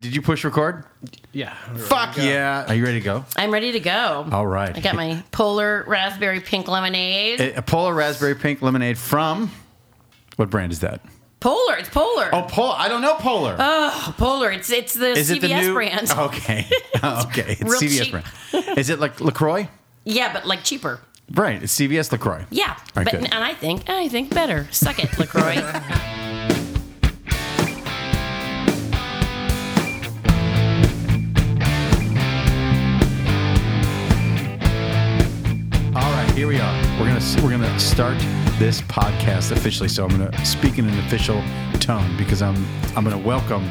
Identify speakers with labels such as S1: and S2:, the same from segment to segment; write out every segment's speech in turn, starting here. S1: Did you push record?
S2: Yeah.
S1: Fuck yeah. Are you ready to go?
S3: I'm ready to go.
S1: All right.
S3: I got my polar raspberry pink lemonade.
S1: A, a Polar Raspberry Pink Lemonade from what brand is that?
S3: polar. It's polar.
S1: Oh, Polar. I don't know Polar.
S3: Oh, polar. It's it's the
S1: is
S3: CVS
S1: it the new Oh.
S3: brand.
S1: Okay. okay. It's
S3: real
S1: CVS
S3: cheap.
S1: brand. Is it like LaCroix?
S3: Yeah, but like cheaper.
S1: Right. It's CVS LaCroix. All
S3: Yeah.
S1: right,
S3: but
S1: good.
S3: and I think I think better. Suck it, LaCroix.
S1: All right. Here we are. We're going to we're going to start this podcast officially. So I'm going to speak in an official tone because I'm I'm going to welcome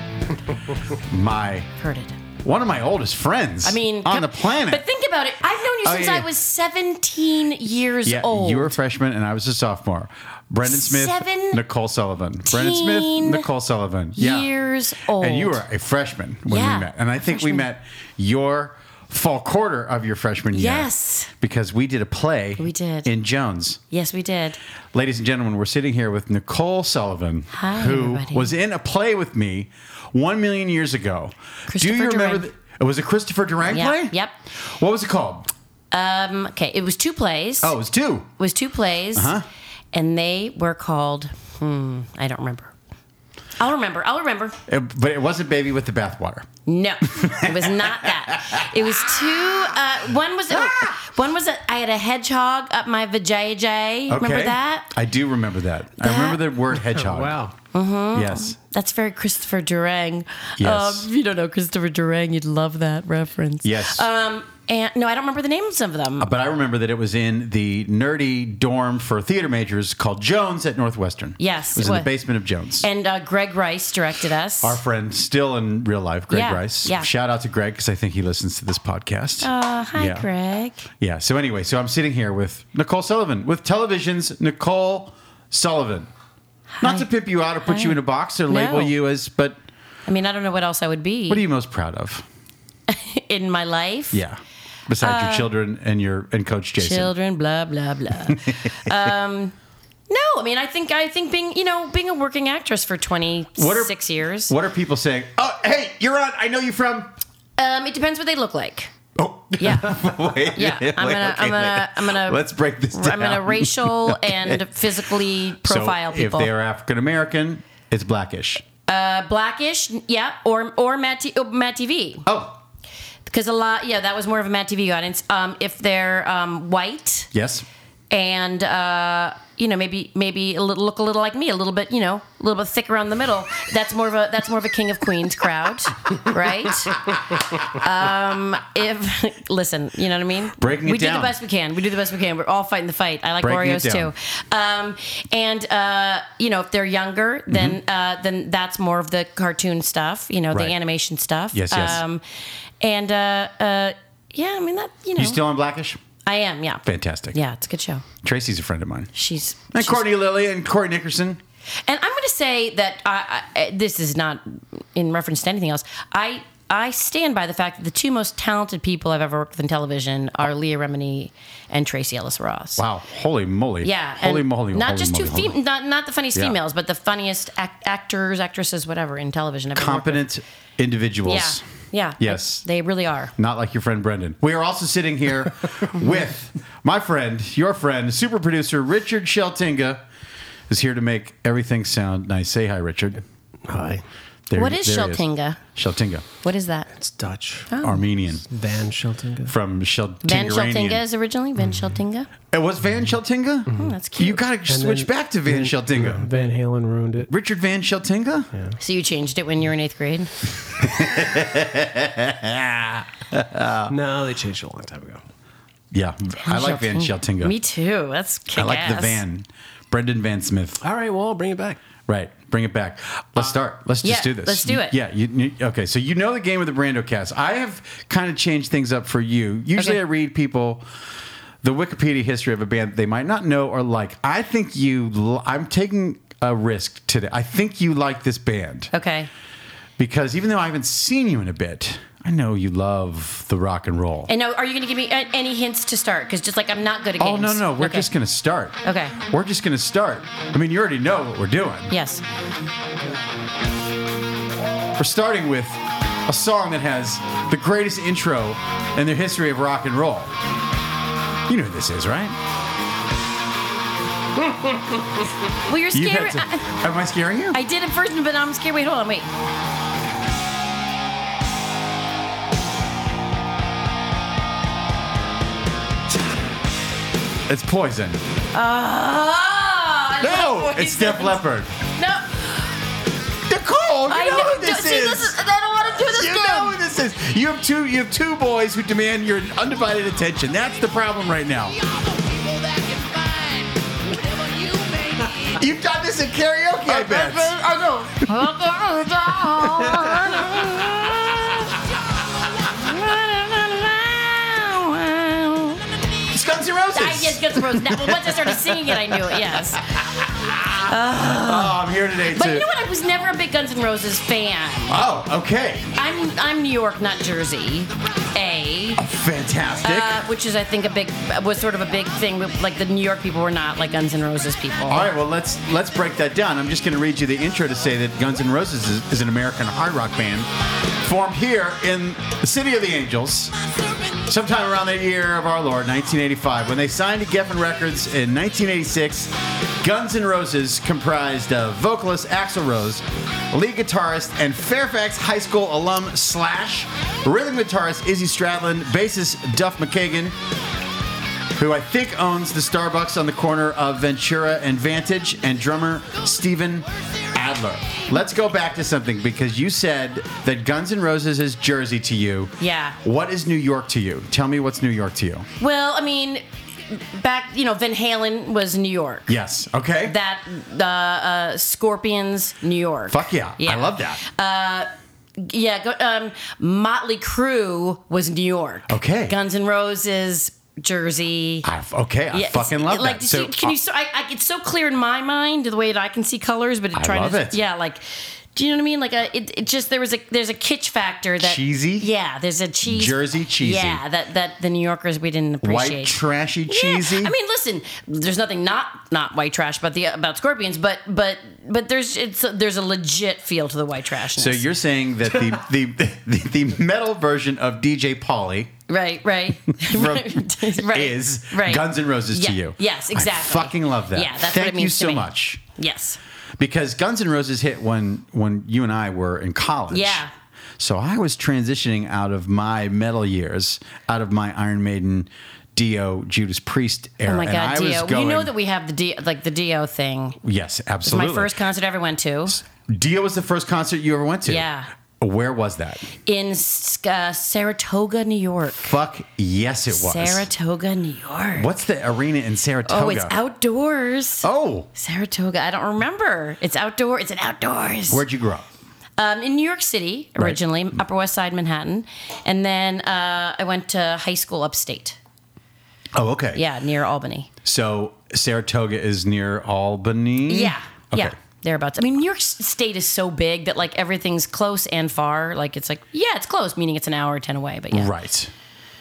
S1: my
S3: Heard it.
S1: one of my oldest friends
S3: I mean
S1: on
S3: come-
S1: the planet.
S3: But think about it. I've known you
S1: Oh,
S3: since
S1: yeah,
S3: I
S1: yeah.
S3: was 17 years
S1: Yeah,
S3: old.
S1: you were a freshman and I was a sophomore. Brendan Smith,
S3: Seven-
S1: Nicole Sullivan. Brendan Smith,
S3: teen
S1: Nicole Sullivan.
S3: years old.
S1: And you were a freshman when we
S3: Yeah,
S1: met. And I think we
S3: freshman.
S1: met your fall quarter of your freshman year.
S3: Yes.
S1: Because we did a play
S3: We did.
S1: in Jones.
S3: Yes, we did.
S1: Ladies and gentlemen, we're sitting here with Nicole Sullivan,
S3: Hi,
S1: who
S3: everybody.
S1: was in a play with me one million years ago. Do you
S3: Christopher
S1: remember?
S3: Durang.
S1: The, it was a Christopher Durang
S3: Yeah,
S1: play?
S3: yep.
S1: What was it called?
S3: Um, okay, it was two plays.
S1: Oh, Uh-huh. it was two.
S3: was two plays, and they were called. Hmm, I don't remember. I'll remember. I'll remember.
S1: It- but it wasn't Baby with the Bathwater.
S3: No, it was not that. It was two. Uh, one was
S1: Ah!
S3: oh, one was a, I had a hedgehog up my vajayjay. Remember that?
S1: I do remember that. I remember the word hedgehog.
S2: Oh, Wow.
S3: Oh.
S1: Yes.
S3: That's very Christopher Durang.
S1: Yes.
S3: Um, if you don't know Christopher Durang, you'd love that reference.
S1: Yes. Uh,
S3: Um, and no, I don't remember the names of them.
S1: but I remember that it was in the nerdy dorm for theater majors called Jones at Northwestern.
S3: Yes,
S1: It was
S3: it
S1: in
S3: was.
S1: the basement of Jones.
S3: and uh, Greg Rice directed us.
S1: Our friend, still in real life, Greg
S3: Yeah,
S1: Rice.
S3: yeah.
S1: Shout out to Greg because I think he listens to this podcast.
S3: uh, hi,
S1: Yeah.
S3: Greg.
S1: yeah. So, anyway, so I'm sitting here with Nicole Sullivan, with television's Nicole Sullivan. Not
S3: Hi.
S1: to pimp you out or put
S3: Hi.
S1: you in a box or label
S3: No.
S1: you as, but
S3: I mean, I don't know what else I would be
S1: what are you most proud of?
S3: in my life.
S1: Yeah. Besides your children and your and Coach Jason.
S3: Uh, children, blah blah blah. um, no, I mean, I think I think being you know being a working actress for twenty
S1: What are-
S3: six years.
S1: What are people saying? Oh, hey, you're on. I know you from.
S3: Um, it depends what they look like.
S1: Oh,
S3: Yeah,
S1: wait.
S3: Yeah,
S1: wait,
S3: I'm gonna- I'm gonna- I'm gonna-
S1: Let's break this down.
S3: I'm gonna racial and physically profile
S1: so
S3: people.
S1: If they are African American, it's blackish.
S3: uh, blackish, yeah, or or Matt, T- oh, Matt TV
S1: Oh,
S3: because a lot, yeah, that was more of a Matt TV audience. Um, if they're um, white
S1: yes.
S3: and uh, you know maybe maybe a little, look a little like me, a little bit you know a little bit thick around the middle. That's more of a that's more of a King of Queens crowd, right? Um, if listen, you know what I mean.
S1: Breaking it
S3: we do
S1: down.
S3: the best we can. We do the best we can. We're all fighting the fight. I like
S1: Breaking it
S3: Oreos
S1: down.
S3: too. Um, and uh, you know if they're younger, then uh, then that's more of the cartoon stuff. You know
S1: Mm-hmm. Right.
S3: the animation stuff.
S1: Yes, yes.
S3: Um, and uh, uh, yeah, I mean that. You know,
S1: You still on blackish?
S3: I am. Yeah.
S1: Fantastic.
S3: Yeah, it's a good show.
S1: Tracy's a friend of mine.
S3: She's
S1: And
S3: she's-
S1: Courtney Lilly and Corey Nickerson.
S3: And I'm going to say that I, I, this is not in reference to anything else. I I stand by the fact that the two most talented people I've ever worked with in television are Leah Remini and Tracy Ellis Ross.
S1: Wow. Holy moly.
S3: Yeah,
S1: Holy
S3: and
S1: moly.
S3: Not
S1: holy
S3: just
S1: moly,
S3: two,
S1: holy
S3: fem- not not the funniest
S1: Yeah.
S3: females, but the funniest act- actors, actresses, whatever in television. I've ever worked with.
S1: competent individuals.
S3: Yeah, yeah,
S1: Yes.
S3: They really are.
S1: Not like your friend Brendan. We are also sitting here with my friend, your friend, super producer Richard Sheltinga, is here to make everything sound nice. Say hi, Richard.
S2: Hi.
S1: There,
S3: What is
S1: there he
S3: Sheltinga?
S1: Sheltinga,
S3: What is that?
S2: It's Dutch.
S1: Armenian
S2: Van Shelton.
S1: from
S3: Van
S1: Sheltinga.
S3: Sheltinga is originally Van
S1: Mm-hmm.
S3: Sheltinga.
S1: It was Van Sheltinga.
S3: that's cute.
S1: You got to switch back to Van Sheltinga.
S2: Van Halen ruined it.
S1: Richard Van Sheltinga.
S3: So you changed it when you were in eighth grade.
S2: Uh, No, they changed it a long time ago.
S1: Yeah, I like Van Sheltinga.
S3: Me too. That's kick
S1: I like the Van. Brendan Van Smith.
S2: All right, well, I'll bring it back.
S1: Right. Bring it back. Let's start. Let's just
S3: Uh, yeah,
S1: do this.
S3: let's do it.
S1: Yeah. You, you- okay. So you know the game of the Brando cast. I have kind of changed things up for you. Usually
S3: Okay.
S1: I read people the Wikipedia history of a band they might not know or like. I think you. li- I'm taking a risk today. I think you like this band
S3: Okay.
S1: because even though I haven't seen you in a bit, I know you love the rock and roll.
S3: And now, are you going to give me a- any hints to start? Because just like I'm not good at
S1: oh
S3: games.
S1: no no, we're
S3: Okay.
S1: just gonna start.
S3: Okay.
S1: We're just gonna start. I mean, you already know what we're doing.
S3: Yes.
S1: We're starting with a song that has the greatest intro in the history of rock and roll. You know who this is, right?
S3: Well, you're
S1: You
S3: scared.
S1: had to-
S3: I,
S1: am I scaring you?
S3: I did it first, but I'm scared. Wait, hold on, wait.
S1: It's Poison.
S3: Ah, I
S1: No,
S3: love
S1: it's
S3: Poison.
S1: Def Leppard.
S3: No,
S1: Nicole, you
S3: I
S1: know,
S3: know.
S1: who this
S3: see,
S1: is.
S3: This is. I don't want to do this
S1: you
S3: now.
S1: know who this is. You have two. You have two boys who demand your undivided attention. That's the problem right now. You've done this at karaoke, I
S3: Uh,
S1: bet.
S3: I
S1: It's Guns N' Roses.
S3: just got the rose now. But once I started singing it, I knew it. Yes,
S1: oh, I'm here today too.
S3: but you know what? I was never a big Guns N' Roses fan.
S1: Oh, okay.
S3: I'm I'm New York, not Jersey. A.
S1: Fantastic.
S3: Uh, which is, I think, a big was sort of a big thing. Like the New York people were not like Guns N' Roses people.
S1: All right, well let's let's break that down. I'm just going to read you the intro to say that Guns N' Roses is, is an American hard rock band formed here in the city of the angels, sometime around the year of our Lord 1985. When they signed to Geffen Records in 1986, Guns N' Roses comprised of vocalist Axl Rose, lead guitarist and Fairfax High School alum slash rhythm guitarist Izzy Stradlin, bassist Duff McKagan, who I think owns the Starbucks on the corner of Ventura and Vantage, and drummer Steven Adler. Let's go back to something because you said that Guns N' Roses is Jersey to you.
S3: Yeah.
S1: What is New York to you? Tell me what's New York to you.
S3: Well, I mean, back you know, Van Halen was New York.
S1: Yes. Okay.
S3: That the uh, Scorpions, New York.
S1: Fuck yeah. I love that.
S3: Uh, Yeah, go, um, Motley Crue was New York.
S1: Okay.
S3: Guns N' Roses, Jersey.
S1: I f- okay. I
S3: Yeah, it's-
S1: fucking love
S3: like,
S1: that. uh,
S3: So, can you? So, I, I, it's so clear in my mind the way that I can see colors, but it
S1: I
S3: trying
S1: love
S3: to,
S1: it.
S3: yeah, like, do you know what I mean? Like, a, it, it just there was a there's a kitsch factor that
S1: Cheesy?
S3: Yeah, there's a cheese
S1: Jersey cheesy.
S3: Yeah, that that the New Yorkers we didn't appreciate.
S1: uh, white trashy
S3: Yeah.
S1: cheesy.
S3: I mean, listen, there's nothing not not white trash about the about scorpions, but but but there's it's there's a legit feel to the white trashness.
S1: so you're saying that the the, the the metal version of DJ Pauly
S3: right, right, right, right,
S1: is Guns N' Roses to
S3: Yeah.
S1: you.
S3: Yes,
S1: I
S3: exactly.
S1: fucking love that.
S3: Yeah, that's what
S1: Thank
S3: it means
S1: you so
S3: to me.
S1: much.
S3: Yes.
S1: Because Guns N' Roses hit when when you and I were in college.
S3: Yeah.
S1: So I was transitioning out of my metal years, out of my Iron Maiden, Dio, Judas Priest era.
S3: Oh my
S1: and I
S3: God, Dio!
S1: was going,
S3: you know that we have the D, like the Dio thing.
S1: Yes,
S3: It's my
S1: absolutely.
S3: first concert I ever went to
S1: Dio was the first concert you ever went to.
S3: Yeah.
S1: Where was that?
S3: in S- uh, Saratoga, New York.
S1: Fuck yes, it was.
S3: Saratoga, New York.
S1: What's the arena in Saratoga?
S3: Oh, it's outdoors.
S1: Oh,
S3: Saratoga. I don't remember. It's outdoor. It's an outdoors.
S1: where'd you grow up?
S3: um, in New York City originally, Upper West Side, Manhattan, and then uh, I went to high school upstate.
S1: Oh, okay.
S3: Yeah, near Albany.
S1: So Saratoga is near Albany.
S3: Yeah,
S1: Mm. Okay.
S3: yeah, thereabouts. I mean, New York S- State is so big that like everything's close and far. Like it's like yeah, it's close, meaning it's an hour or ten away. But yeah,
S1: Right.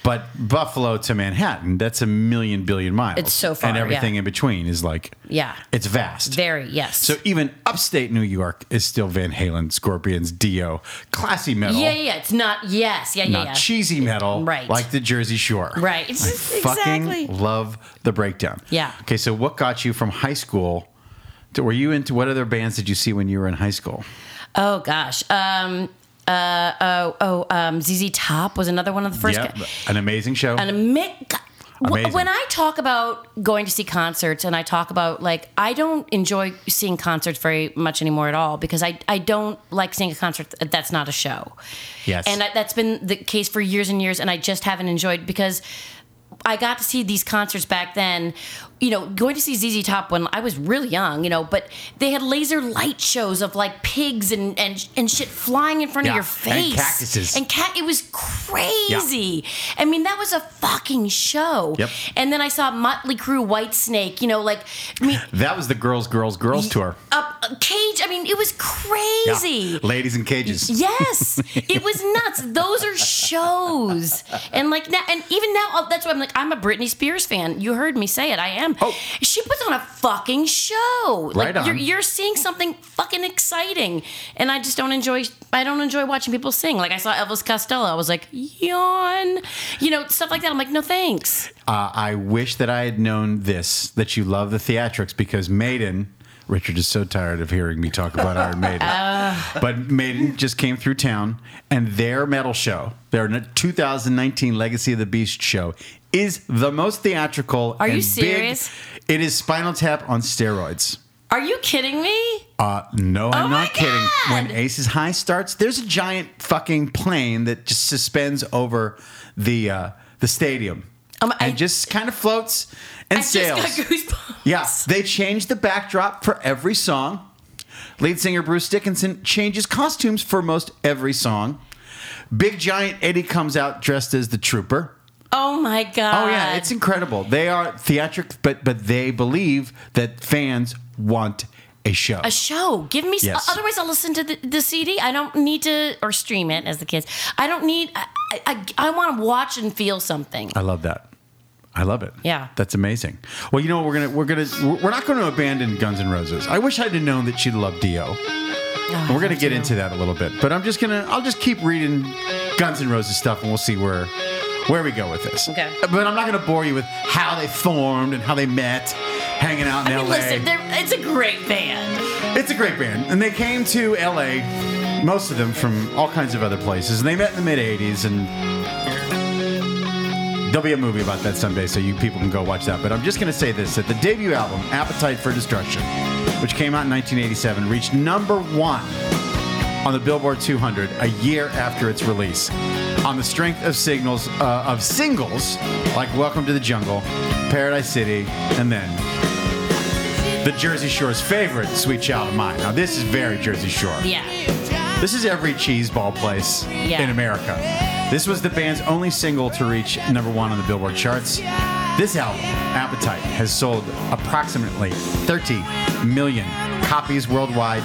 S1: But Buffalo to Manhattan, that's a million billion miles.
S3: It's so far,
S1: And everything
S3: yeah.
S1: in between is like,
S3: yeah,
S1: it's vast.
S3: very yes.
S1: so even upstate New York is still Van Halen, Scorpions, Dio, classy metal,
S3: yeah, yeah, yeah, it's not yes, yeah, yeah,
S1: oh. not
S3: yeah.
S1: cheesy metal,
S3: Right.
S1: Like the Jersey Shore,
S3: Right.
S1: I
S3: Exactly.
S1: Fucking love the breakdown.
S3: Yeah.
S1: Okay, so what got you from high school? To, were you into what other bands did you see when you were in high school?
S3: Oh gosh. Um, uh, oh, oh, um, ZZ Top was another one of the first.
S1: Yep,
S3: ca-
S1: an amazing show.
S3: And mi- God,
S1: Amazing.
S3: wh- when I talk about going to see concerts and I talk about like I don't enjoy seeing concerts very much anymore at all because I I don't like seeing a concert th- that's not a show.
S1: Yes.
S3: And I, that's been the case for years and years and I just haven't enjoyed because I got to see these concerts back then. You know, going to see ZZ Top when I was really young, you know, but they had laser light shows of like pigs and and, and shit flying in front
S1: Yeah,
S3: of your
S1: and
S3: face
S1: cactuses.
S3: And cat it was crazy. I mean, that was a fucking show.
S1: Yep.
S3: And then I saw Motley Crue, White Snake. You know, like I mean,
S1: that was the Girls, Girls, Girls tour.
S3: up uh, Cage. I mean, it was
S1: Yeah.
S3: crazy.
S1: Ladies in cages.
S3: Yes, it was nuts. Those are oh, shows, and like now, and even now, that's why I'm like, I'm a Britney Spears fan. You heard me say it. I them.
S1: Oh.
S3: She puts on a fucking show.
S1: Right
S3: like,
S1: on.
S3: You're, you're seeing something fucking exciting, and I just don't enjoy. I don't enjoy watching people sing. Like I saw Elvis Costello. I was like, yawn. You know, stuff like that. I'm like, no thanks.
S1: Uh, I wish that I had known this that you love the theatrics because Maiden. Richard is so tired of hearing me talk about Iron Maiden.
S3: Uh.
S1: but Maiden just came through town, and their metal show, their 2019 Legacy of the Beast show, is the most theatrical.
S3: Are you
S1: and big-
S3: serious?
S1: It is Spinal Tap on steroids.
S3: Are you kidding me?
S1: Uh, no, I'm
S3: Oh my
S1: not kidding.
S3: God!
S1: When Aces High starts, there's a giant fucking plane that just suspends over the uh, the stadium
S3: Um,
S1: and
S3: I-
S1: just kind of floats and
S3: I
S1: sails.
S3: just got goosebumps.
S1: Yeah, they change the backdrop for every song. Lead singer Bruce Dickinson changes costumes for most every song. Big giant Eddie comes out dressed as the trooper.
S3: Oh my god.
S1: Oh yeah, it's incredible. They are theatric, but but they believe that fans want a show.
S3: a show. Give me. some
S1: Yes.
S3: Otherwise, I'll listen to the, the CD. I don't need to or stream it as the kids. I don't need. I I, I want to watch and feel something.
S1: I love that. I love it.
S3: Yeah.
S1: that's amazing. Well, you know we're gonna we're gonna we're not going to abandon Guns N' Roses. I wish I'd have known that she loved Dio. And Uh, we're gonna get into that a little bit, but I'm just gonna I'll just keep reading Guns N' Roses stuff, and we'll see where where we go with this.
S3: Okay.
S1: But I'm not gonna bore you with how they formed and how they met, hanging out in
S3: I mean,
S1: L.A.
S3: listen, they're- it's a great band.
S1: It's a great band, and they came to LA, most of them from all kinds of other places, and they met in the mid '80s. And there'll be a movie about that someday, so you people can go watch that. But I'm just going to say this: that the debut album, "Appetite for Destruction," which came out in 1987, reached number one on the Billboard 200 a year after its release, on the strength of signals uh, of singles like "Welcome to the Jungle," "Paradise City," and then the Jersey Shore's favorite sweet child of mine. Now this is very Jersey Shore.
S3: Yeah.
S1: This is every cheese ball place
S3: Yeah.
S1: in America. This was the band's only single to reach number one on the Billboard charts. This album, Appetite, has sold approximately 30 million copies worldwide,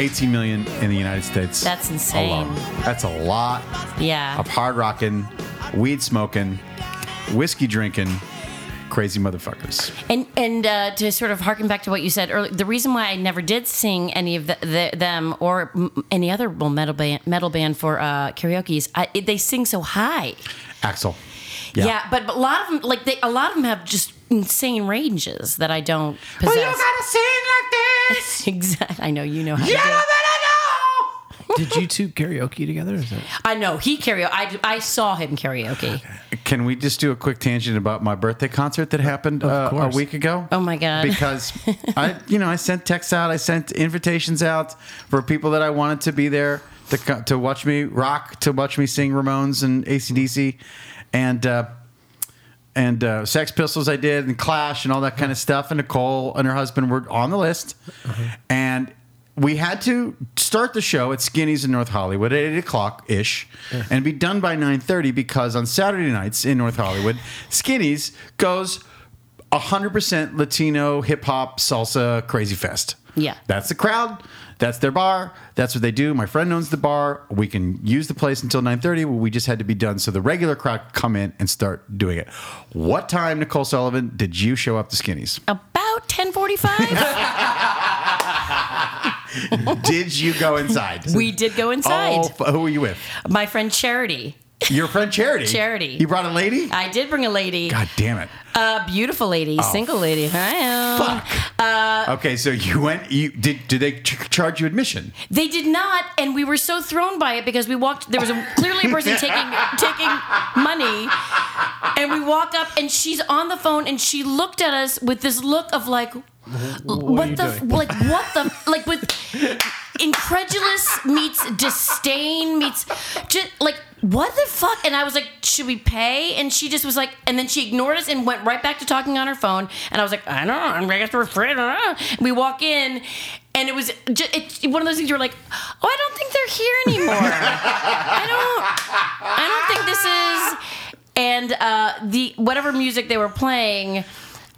S1: 18 million in the United States.
S3: That's insane.
S1: Alone. That's a lot
S3: Yeah.
S1: of hard rocking, weed smoking, whiskey drinking, crazy motherfuckers.
S3: And and uh, to sort of harken back to what you said earlier, the reason why I never did sing any of the, the, them or m- any other well, metal band metal band for uh, karaoke is I, it, they sing so high.
S1: Axel.
S3: Yeah, but, but a lot of them like they, a lot of them have just insane ranges that I don't
S1: Well,
S3: possess.
S1: you gotta sing like this.
S3: exactly. I know you know how.
S1: You
S3: to do
S1: know
S3: it.
S1: that I
S2: Did you two karaoke together? Is that-
S3: I know he karaoke. I, I saw him karaoke.
S1: know. Can we just do a quick tangent about my birthday concert that happened uh, a
S2: course.
S1: week ago?
S3: Oh my god!
S1: Because I, you know, I sent texts out, I sent invitations out for people that I wanted to be there to co- to watch me rock, to watch me sing Ramones and ACDC, and uh, and uh, Sex Pistols I did, and Clash, and all that kind of stuff. And Nicole and her husband were on the list, and we had to start the show at Skinny's in North Hollywood at eight o'clock ish, and be done by nine thirty because on Saturday nights in North Hollywood, Skinny's goes hundred percent Latino hip hop salsa crazy fest.
S3: Yeah.
S1: that's the crowd. That's their bar. That's what they do. My friend owns the bar. We can use the place until 9:30. Well, we just had to be done so the regular crowd could come in and start doing it. What time, Nicole Sullivan, did you show up to Skinny's?
S3: About ten forty-five,
S1: did you go inside?
S3: Oh. we did go inside.
S1: Oh, f- who were you with?
S3: My friend Charity.
S1: Your friend Charity.
S3: Charity.
S1: You brought a lady?
S3: I did bring a lady,
S1: God damn it. Oh.
S3: a beautiful lady, single lady. Hi.
S1: Fuck.
S3: uh,
S1: okay, so you went you did did they ch- charge you admission?
S3: They did not, and we were so thrown by it because we walked. There was a, clearly a person taking taking money, and we walk up, and she's on the phone, and she looked at us with this look of like, what,
S2: you
S3: the, f-
S2: doing?
S3: like what the, like with incredulous meets disdain meets just like what the fuck and i was like should we pay and she just was like and then she ignored us and went right back to talking on her phone and i was like i don't know i'm gonna get to afraid uh." we walk in and it was just it's one of those things you're like oh i don't think they're here anymore i don't i don't think this is and uh the whatever music they were playing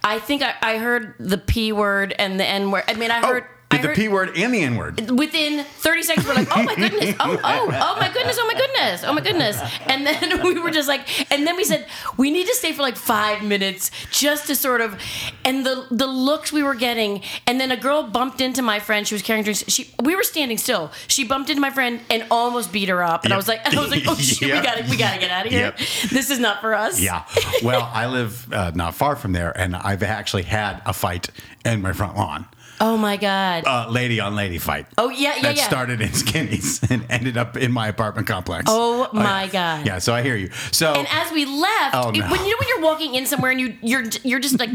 S3: i think i, I heard the p word and the n word i mean i heard I
S1: Oh, Did the
S3: heard-
S1: P word and the N word.
S3: within 30 seconds we're like oh my goodness oh oh oh my goodness oh my goodness goodness, oh my goodness. And then we were just like, and then we said, we need to stay for like five minutes just to sort of, and the the looks we were getting. And then a girl bumped into my friend. She was carrying drinks. She we were standing still. She bumped into my friend and almost beat her up. And I
S1: Yep.
S3: was like, and I was like, oh shit,
S1: Yep.
S3: we gotta we gotta get out of here.
S1: Yep.
S3: This is not for us.
S1: Yeah. Well, I live uh, not far from there, and I've actually had a fight in my front lawn.
S3: Oh my god.
S1: Uh, lady on lady fight.
S3: Oh, yeah, yeah,
S1: That
S3: yeah.
S1: started in Skinnies and ended up in my apartment complex.
S3: Oh,
S1: yeah.
S3: my God.
S1: Yeah, so I hear you. So
S3: And as we left,
S1: Oh,
S3: it-
S1: no.
S3: when you know when you're walking in somewhere and you you're you're just like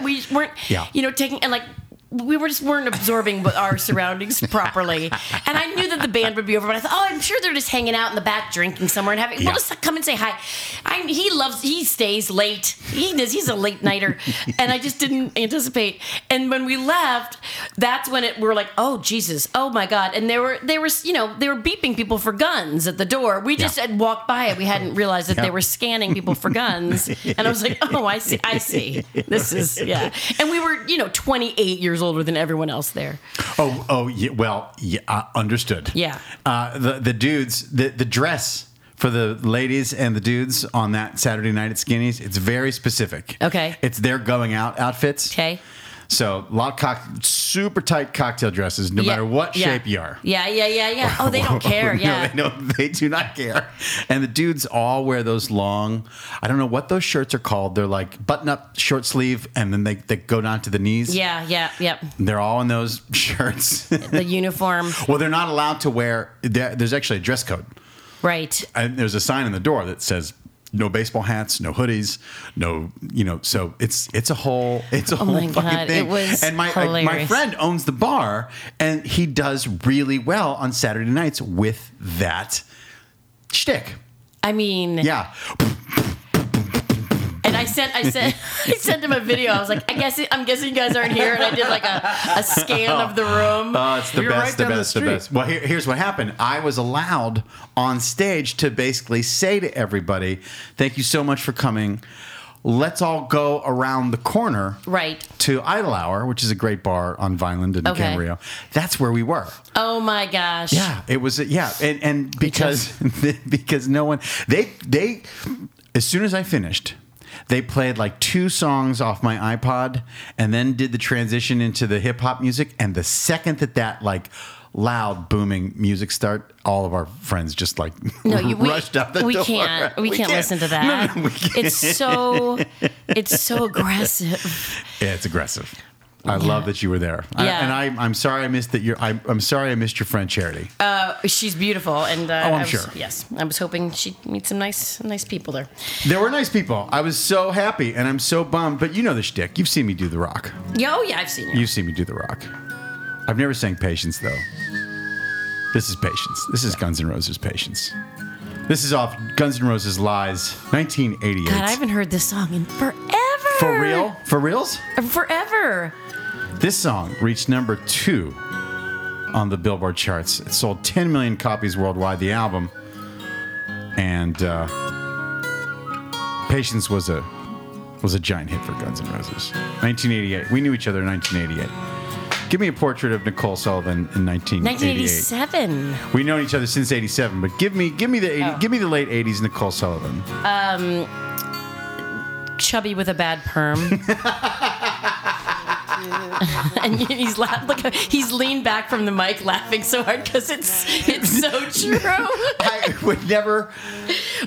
S3: we weren't
S1: Yeah.
S3: you know taking and like we were just weren't absorbing what our surroundings properly. And I knew that the band would be over, but I thought, oh, I'm sure they're just hanging out in the back drinking somewhere and having.
S1: Yeah.
S3: We'll just come and say hi. I he loves he stays late. He does. He's a late nighter, and I just didn't anticipate. And when we left, that's when it we we're like, oh Jesus, oh my God. And they were they were you know they were beeping people for guns at the door. We just
S1: Yeah.
S3: had walked by it. We hadn't realized that
S1: Yeah.
S3: they were scanning people for guns. And I was like, oh, I see, I see. This is yeah. And we were you know 28 years older than everyone else there.
S1: Oh, oh, yeah, well, yeah, uh, understood.
S3: Yeah.
S1: Uh, the the dudes, the the dress for the ladies and the dudes on that Saturday night at Skinnies, it's very specific.
S3: Okay.
S1: It's their going out outfits.
S3: Okay.
S1: So a lot of cock, super tight cocktail dresses, no
S3: Yeah,
S1: matter what
S3: yeah.
S1: shape you are.
S3: Yeah, yeah, yeah, yeah. Oh, they don't care. Yeah.
S1: no, they, don't, they do not care. And the dudes all wear those long, I don't know what those shirts are called. They're like button up, short sleeve, and then they, they go down to the knees.
S3: Yeah, yeah, yeah.
S1: They're all in those shirts.
S3: The uniform.
S1: Well, they're not allowed to wear. There, there's actually a dress code.
S3: Right.
S1: And there's a sign in the door that says no baseball hats, no hoodies, no you know. So it's it's a whole it's a whole
S3: Oh my
S1: fucking
S3: God,
S1: thing.
S3: it was
S1: and my like, my
S3: hilarious.
S1: friend owns the bar, and he does really well on Saturday nights with that shtick.
S3: I mean,
S1: Yeah,
S3: and I sent, I sent, I sent him a video. I was like, I guess, I'm guessing you guys aren't here, and I did like a, a scan of the room.
S1: Oh, it's the
S2: We were
S1: best,
S2: right
S1: the
S2: down the
S1: best, the,
S2: street.
S1: best. Well, here, here's what happened. I was allowed on stage to basically say to everybody, "Thank you so much for coming. Let's all go around the corner
S3: right.
S1: to Idle Hour, which is a great bar on Vineland in
S3: Okay.
S1: Camarillo. That's where we were.
S3: Oh my gosh.
S1: Yeah, it was. uh, Yeah, and and because because no one they they as soon as I finished. They played like two songs off my iPod and then did the transition into the hip hop music. And the second that that like loud booming music start, all of our friends just like
S3: No, you, we,
S1: rushed out the
S3: we
S1: door.
S3: can't. We, can't, listen to
S1: No,
S3: that.
S1: no, we can't.
S3: It's so. It's so aggressive.
S1: Yeah, it's aggressive. I love that you were there. I-
S3: Yeah.
S1: and I, I'm sorry I missed that. Your, I, I'm sorry I missed your friend Charity.
S3: Uh, She's beautiful, and uh,
S1: Oh, I'm
S3: I was-
S1: sure.
S3: Yes, I was hoping she'd meet some nice, nice people there.
S1: there were nice people. I was so happy, and I'm so bummed. But you know the shtick. You've seen me do the rock.
S3: Yeah, oh yeah, I've seen you.
S1: You've seen me do the rock. I've never sang patience though. This is patience. This is Guns N' Roses patience. This is off Guns N' Roses Lies, 1988.
S3: God, I haven't heard this song in forever.
S1: For real? For reals?
S3: Forever.
S1: This song reached number two on the Billboard charts. It sold 10 million copies worldwide, the album. And uh, Patience was a was a giant hit for Guns N' Roses. 1988. We knew each other in 1988. Give me a portrait of Nicole Sullivan in 1988.
S3: 1987.
S1: We've known each other since 87, but give me give me the 80,
S3: Oh.
S1: give me the late 80s Nicole Sullivan.
S3: chubby with a bad perm. and he's laugh, look, he's leaned back from the mic laughing so hard because it's it's so true.
S1: I would never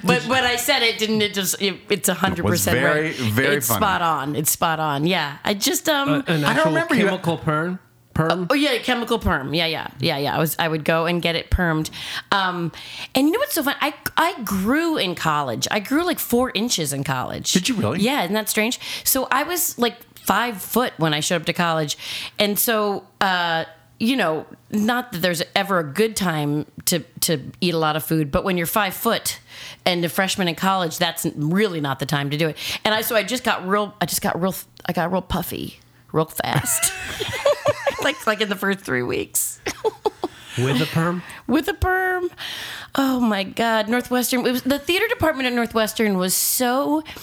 S3: but when I said it, didn't it just it, it's hundred percent
S1: very,
S3: right.
S1: very
S3: it's
S1: funny.
S3: spot on. It's spot on. Yeah, I just um.
S2: an
S1: I don't
S2: actual
S1: remember you- Uh,
S2: chemical perm. Perm.
S3: Oh yeah, chemical perm. Yeah, yeah, yeah, yeah. I was I would go and get it permed. Um, and you know what's so fun? I I grew in college. I grew like four inches in college.
S1: Did you really?
S3: Yeah, isn't that strange? So I was like five foot when I showed up to college, and so. Uh, you know, not that there's ever a good time to to eat a lot of food, but when you're five foot and a freshman in college, that's really not the time to do it. And I so I just got real, I just got real, I got real puffy, real fast. like like in the first three weeks
S1: oh.
S2: With a perm.
S3: with a perm. Oh my God, Northwestern. It was, the theater department at Northwestern was so. spe-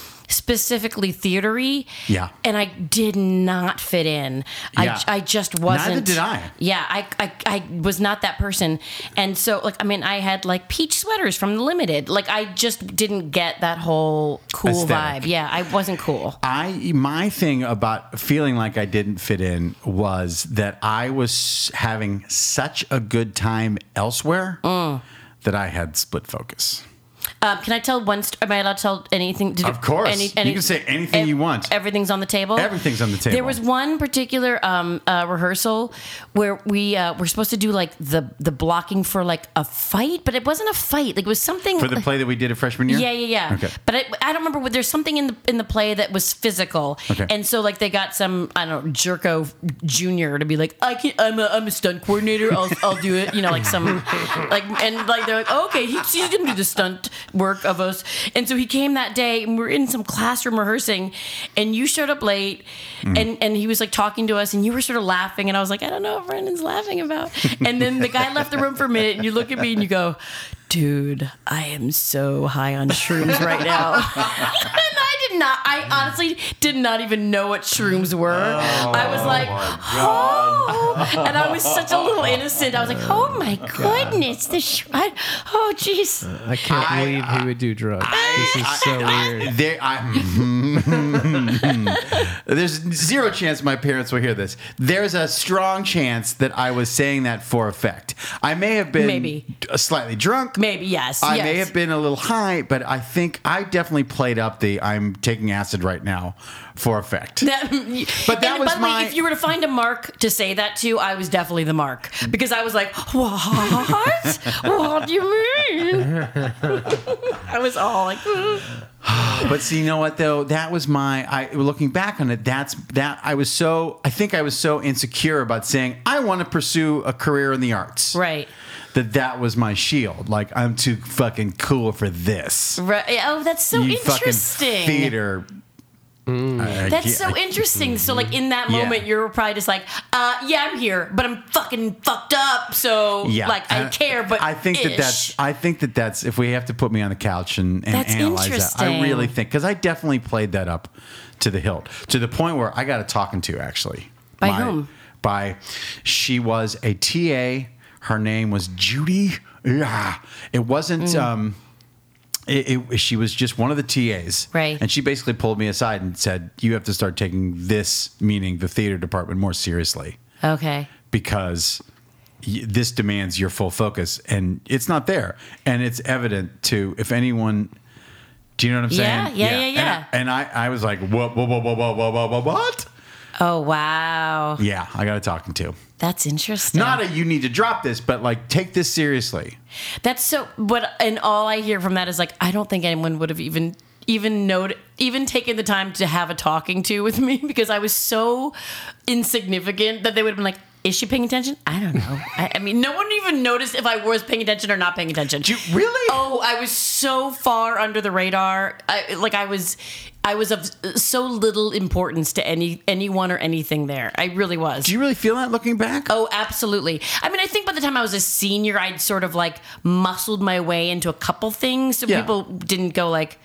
S3: specifically theatery.
S1: Yeah.
S3: And I did not fit in.
S1: Yeah.
S3: I, I just wasn't.
S1: did I.
S3: Yeah, I, I I was not that person. And so like I mean I had like peach sweaters from the limited. Like I just didn't get that whole cool
S1: Aesthetic.
S3: vibe. Yeah, I wasn't cool.
S1: I my thing about feeling like I didn't fit in was that I was having such a good time elsewhere
S3: Mm.
S1: that I had split focus.
S3: Um, can I tell one? St- am I allowed to tell anything? To do-
S1: Of course. You can say anything you want.
S3: Everything's on the table.
S1: Everything's on the table.
S3: There was one particular um, uh, rehearsal where we uh, were supposed to do like the the blocking for like a fight, but it wasn't a fight. Like it was something
S1: For the play that we did at freshman year?
S3: yeah, yeah, yeah.
S1: Okay.
S3: But I, I don't remember. what- There's something in the in the play that was physical,
S1: Okay.
S3: and so like they got some I don't know Jerko Junior to be like I can I'm a I'm a stunt coordinator. I'll I'll do it. You know, like some like and like they're like okay he, he's gonna do the stunt work of us. And so he came that day, and we're in some classroom rehearsing, and you showed up late,
S1: Mm.
S3: and and he was like talking to us, and you were sort of laughing, and I was like I don't know what Brandon's laughing about. And then the guy left the room for a minute, and you look at me and you go dude, I am so high on shrooms right now. and I did not, I honestly did not even know what shrooms were. I was like, oh, and I was such a little innocent. I was like, oh my goodness, the sh- I, oh jeez.
S2: I can't believe he would do drugs. this is so weird.
S1: There, I, there's zero chance my parents will hear this. There's a strong chance that I was saying that for effect. I may have been
S3: Maybe.
S1: slightly drunk.
S3: Maybe yes.
S1: I
S3: yes.
S1: may have been a little high, but I think I definitely played up the I'm taking acid right now for effect.
S3: That-
S1: But that
S3: and
S1: was
S3: by the
S1: my-
S3: way, if you were to find a mark to say that to, I was definitely the mark
S1: Mm.
S3: because I was like, "What? what do you mean?" I was all like, "Mm."
S1: But see, you know what though? That was my. I looking back on it. That's that. I was so. I think I was so insecure about saying I want to pursue a career in the arts.
S3: "Right,
S1: That that was my shield. Like I'm too fucking cool for this.
S3: right." Oh, that's so
S1: You fucking
S3: interesting.
S1: theater. I- I
S3: That's
S1: can't-
S3: so interesting. So, like in that
S1: Yeah.
S3: moment, you're probably just like, uh, "Yeah, I'm here, but I'm fucking fucked up." So,
S1: Yeah,
S3: like, I
S1: And
S3: care, but
S1: I think that
S3: ish.
S1: that's. I think that that's. If we have to put me on the couch and, and
S3: That's
S1: analyze that, I
S3: interesting.
S1: really think because I definitely played that up to the hilt to the point where I got a talking to actually
S3: By whom?
S1: By she was a TA. Her name was Judy. Yeah, it wasn't.
S3: Mm.
S1: Um, it, it, she was just one of the TAs.
S3: Right.
S1: And she basically pulled me aside and said, You have to start taking this, meaning the theater department, more seriously
S3: okay.
S1: because y- this demands your full focus and it's not there and it's evident to if anyone do you know what i'm
S3: Yeah,
S1: saying
S3: yeah, yeah, yeah.
S1: And, I, and I i was like what what what what what what what, what, what?
S3: Oh wow,
S1: yeah i got a talking to
S3: that's interesting.
S1: not a you need to drop this but like take this seriously
S3: That's so. What and all I hear from that is like, I don't think anyone would have even even noted even taken the time to have a talking to with me because I was so insignificant that they would have been like. Is she paying attention? I don't know. I, I mean, no one even noticed if I was paying attention or not paying attention.
S1: Do you- really?
S3: Oh, I was so far under the radar. I, like I was, I was of so little importance to any anyone or anything there. I really was.
S1: do you really feel that looking back
S3: Oh, absolutely. I mean, I think by the time I was a senior, I'd sort of like muscled my way into a couple things, so
S1: Yeah.
S3: people didn't go like,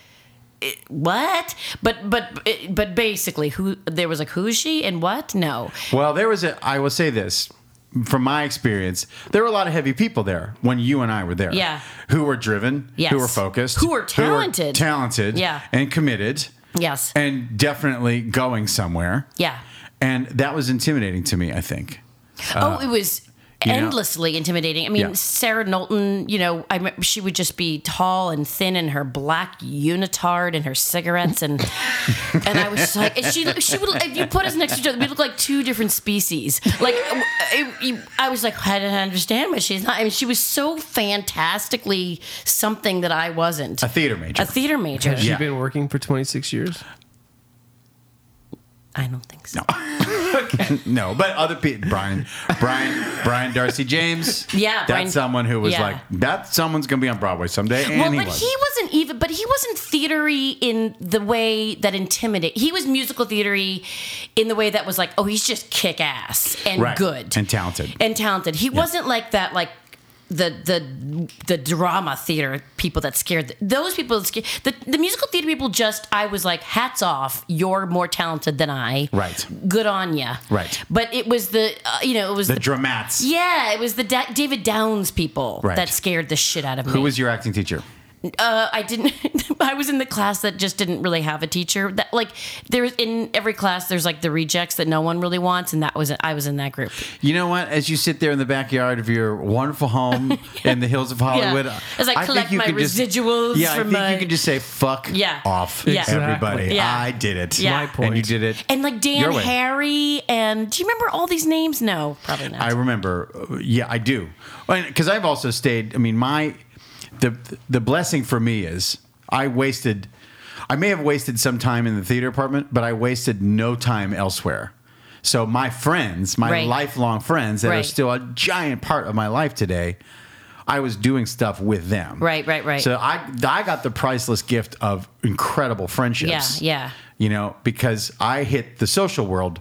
S3: "Eh, "What?" But but but basically, who there was like, "Who is she?" and "What?" No,
S1: well there was a i will say this from my experience there were a lot of heavy people there when you and i were there
S3: Yeah.
S1: who were driven
S3: Yes.
S1: who were focused
S3: Who were talented.
S1: talented
S3: Yeah.
S1: and committed
S3: yes,
S1: and definitely going somewhere.
S3: yeah.
S1: And that was intimidating to me, I think.
S3: oh, it was
S1: Uh, you know-
S3: endlessly intimidating. I mean,
S1: Yeah.
S3: Sarah Knowlton, you know, I remember she would just be tall and thin in her black unitard and her cigarettes, and and I was just like, and she she would if you put us next to each other, we look like two different species. Like, it, you- I was like, I didn't understand what she's not. I mean, she was so fantastically something that I wasn't.
S1: A theater major.
S3: A theater major.
S2: Has
S1: Yeah.
S2: she been working for 26 years?
S3: I don't think so.
S1: no, but other people, Brian, Brian, Brian Darcy James.
S3: Yeah,
S1: that's
S3: Brian-
S1: someone who was
S3: yeah.
S1: like, that someone's going to be on Broadway someday. And
S3: Well,
S1: he
S3: but
S1: was.
S3: he wasn't even. But he wasn't theatery in the way that intimidate. He was musical theatery in the way that was like, oh, he's just kick ass and
S1: Right.
S3: good
S1: And talented.
S3: and talented. He wasn't like that, like the the the drama theater people that scared those people that scared, the the musical theater people just I was like hats off you're more talented than I
S1: Right.
S3: good on you
S1: Right.
S3: but it was the uh, you know it was
S1: The
S3: the,
S1: dramats.
S3: yeah it was the da- David Downs people
S1: Right.
S3: that scared the shit out of me
S1: Who was your acting teacher?
S3: uh, I didn't. I was in the class that just didn't really have a teacher. That like there's in every class there's like the rejects that no one really wants, and that was I was in that group.
S1: You know what? As you sit there in the backyard of your wonderful home in the hills of Hollywood,
S3: As I
S1: think
S3: collect
S1: you
S3: my
S1: could just-
S3: residuals
S1: yeah, I
S3: from
S1: think
S3: my-
S1: you can just say "fuck
S3: Yeah.
S1: off,
S3: Yeah.
S1: everybody."
S2: Exactly.
S3: Yeah.
S1: I did it.
S3: Yeah.
S2: My point.
S1: And you did it.
S3: And like Dan
S1: Your way.
S3: Harry, and do you remember all these names? No, probably not.
S1: I remember. uh, Yeah, I do. Because I've also stayed. I mean, my the the blessing for me is I wasted. I may have wasted some time in the theater department, but I wasted no time elsewhere. So my friends, my
S3: Right.
S1: lifelong friends that are
S3: Right.
S1: still a giant part of my life today, I was doing stuff with them.
S3: Right, right, right.
S1: So I I got the priceless gift of incredible friendships.
S3: Yeah, yeah.
S1: You know, because I hit the social world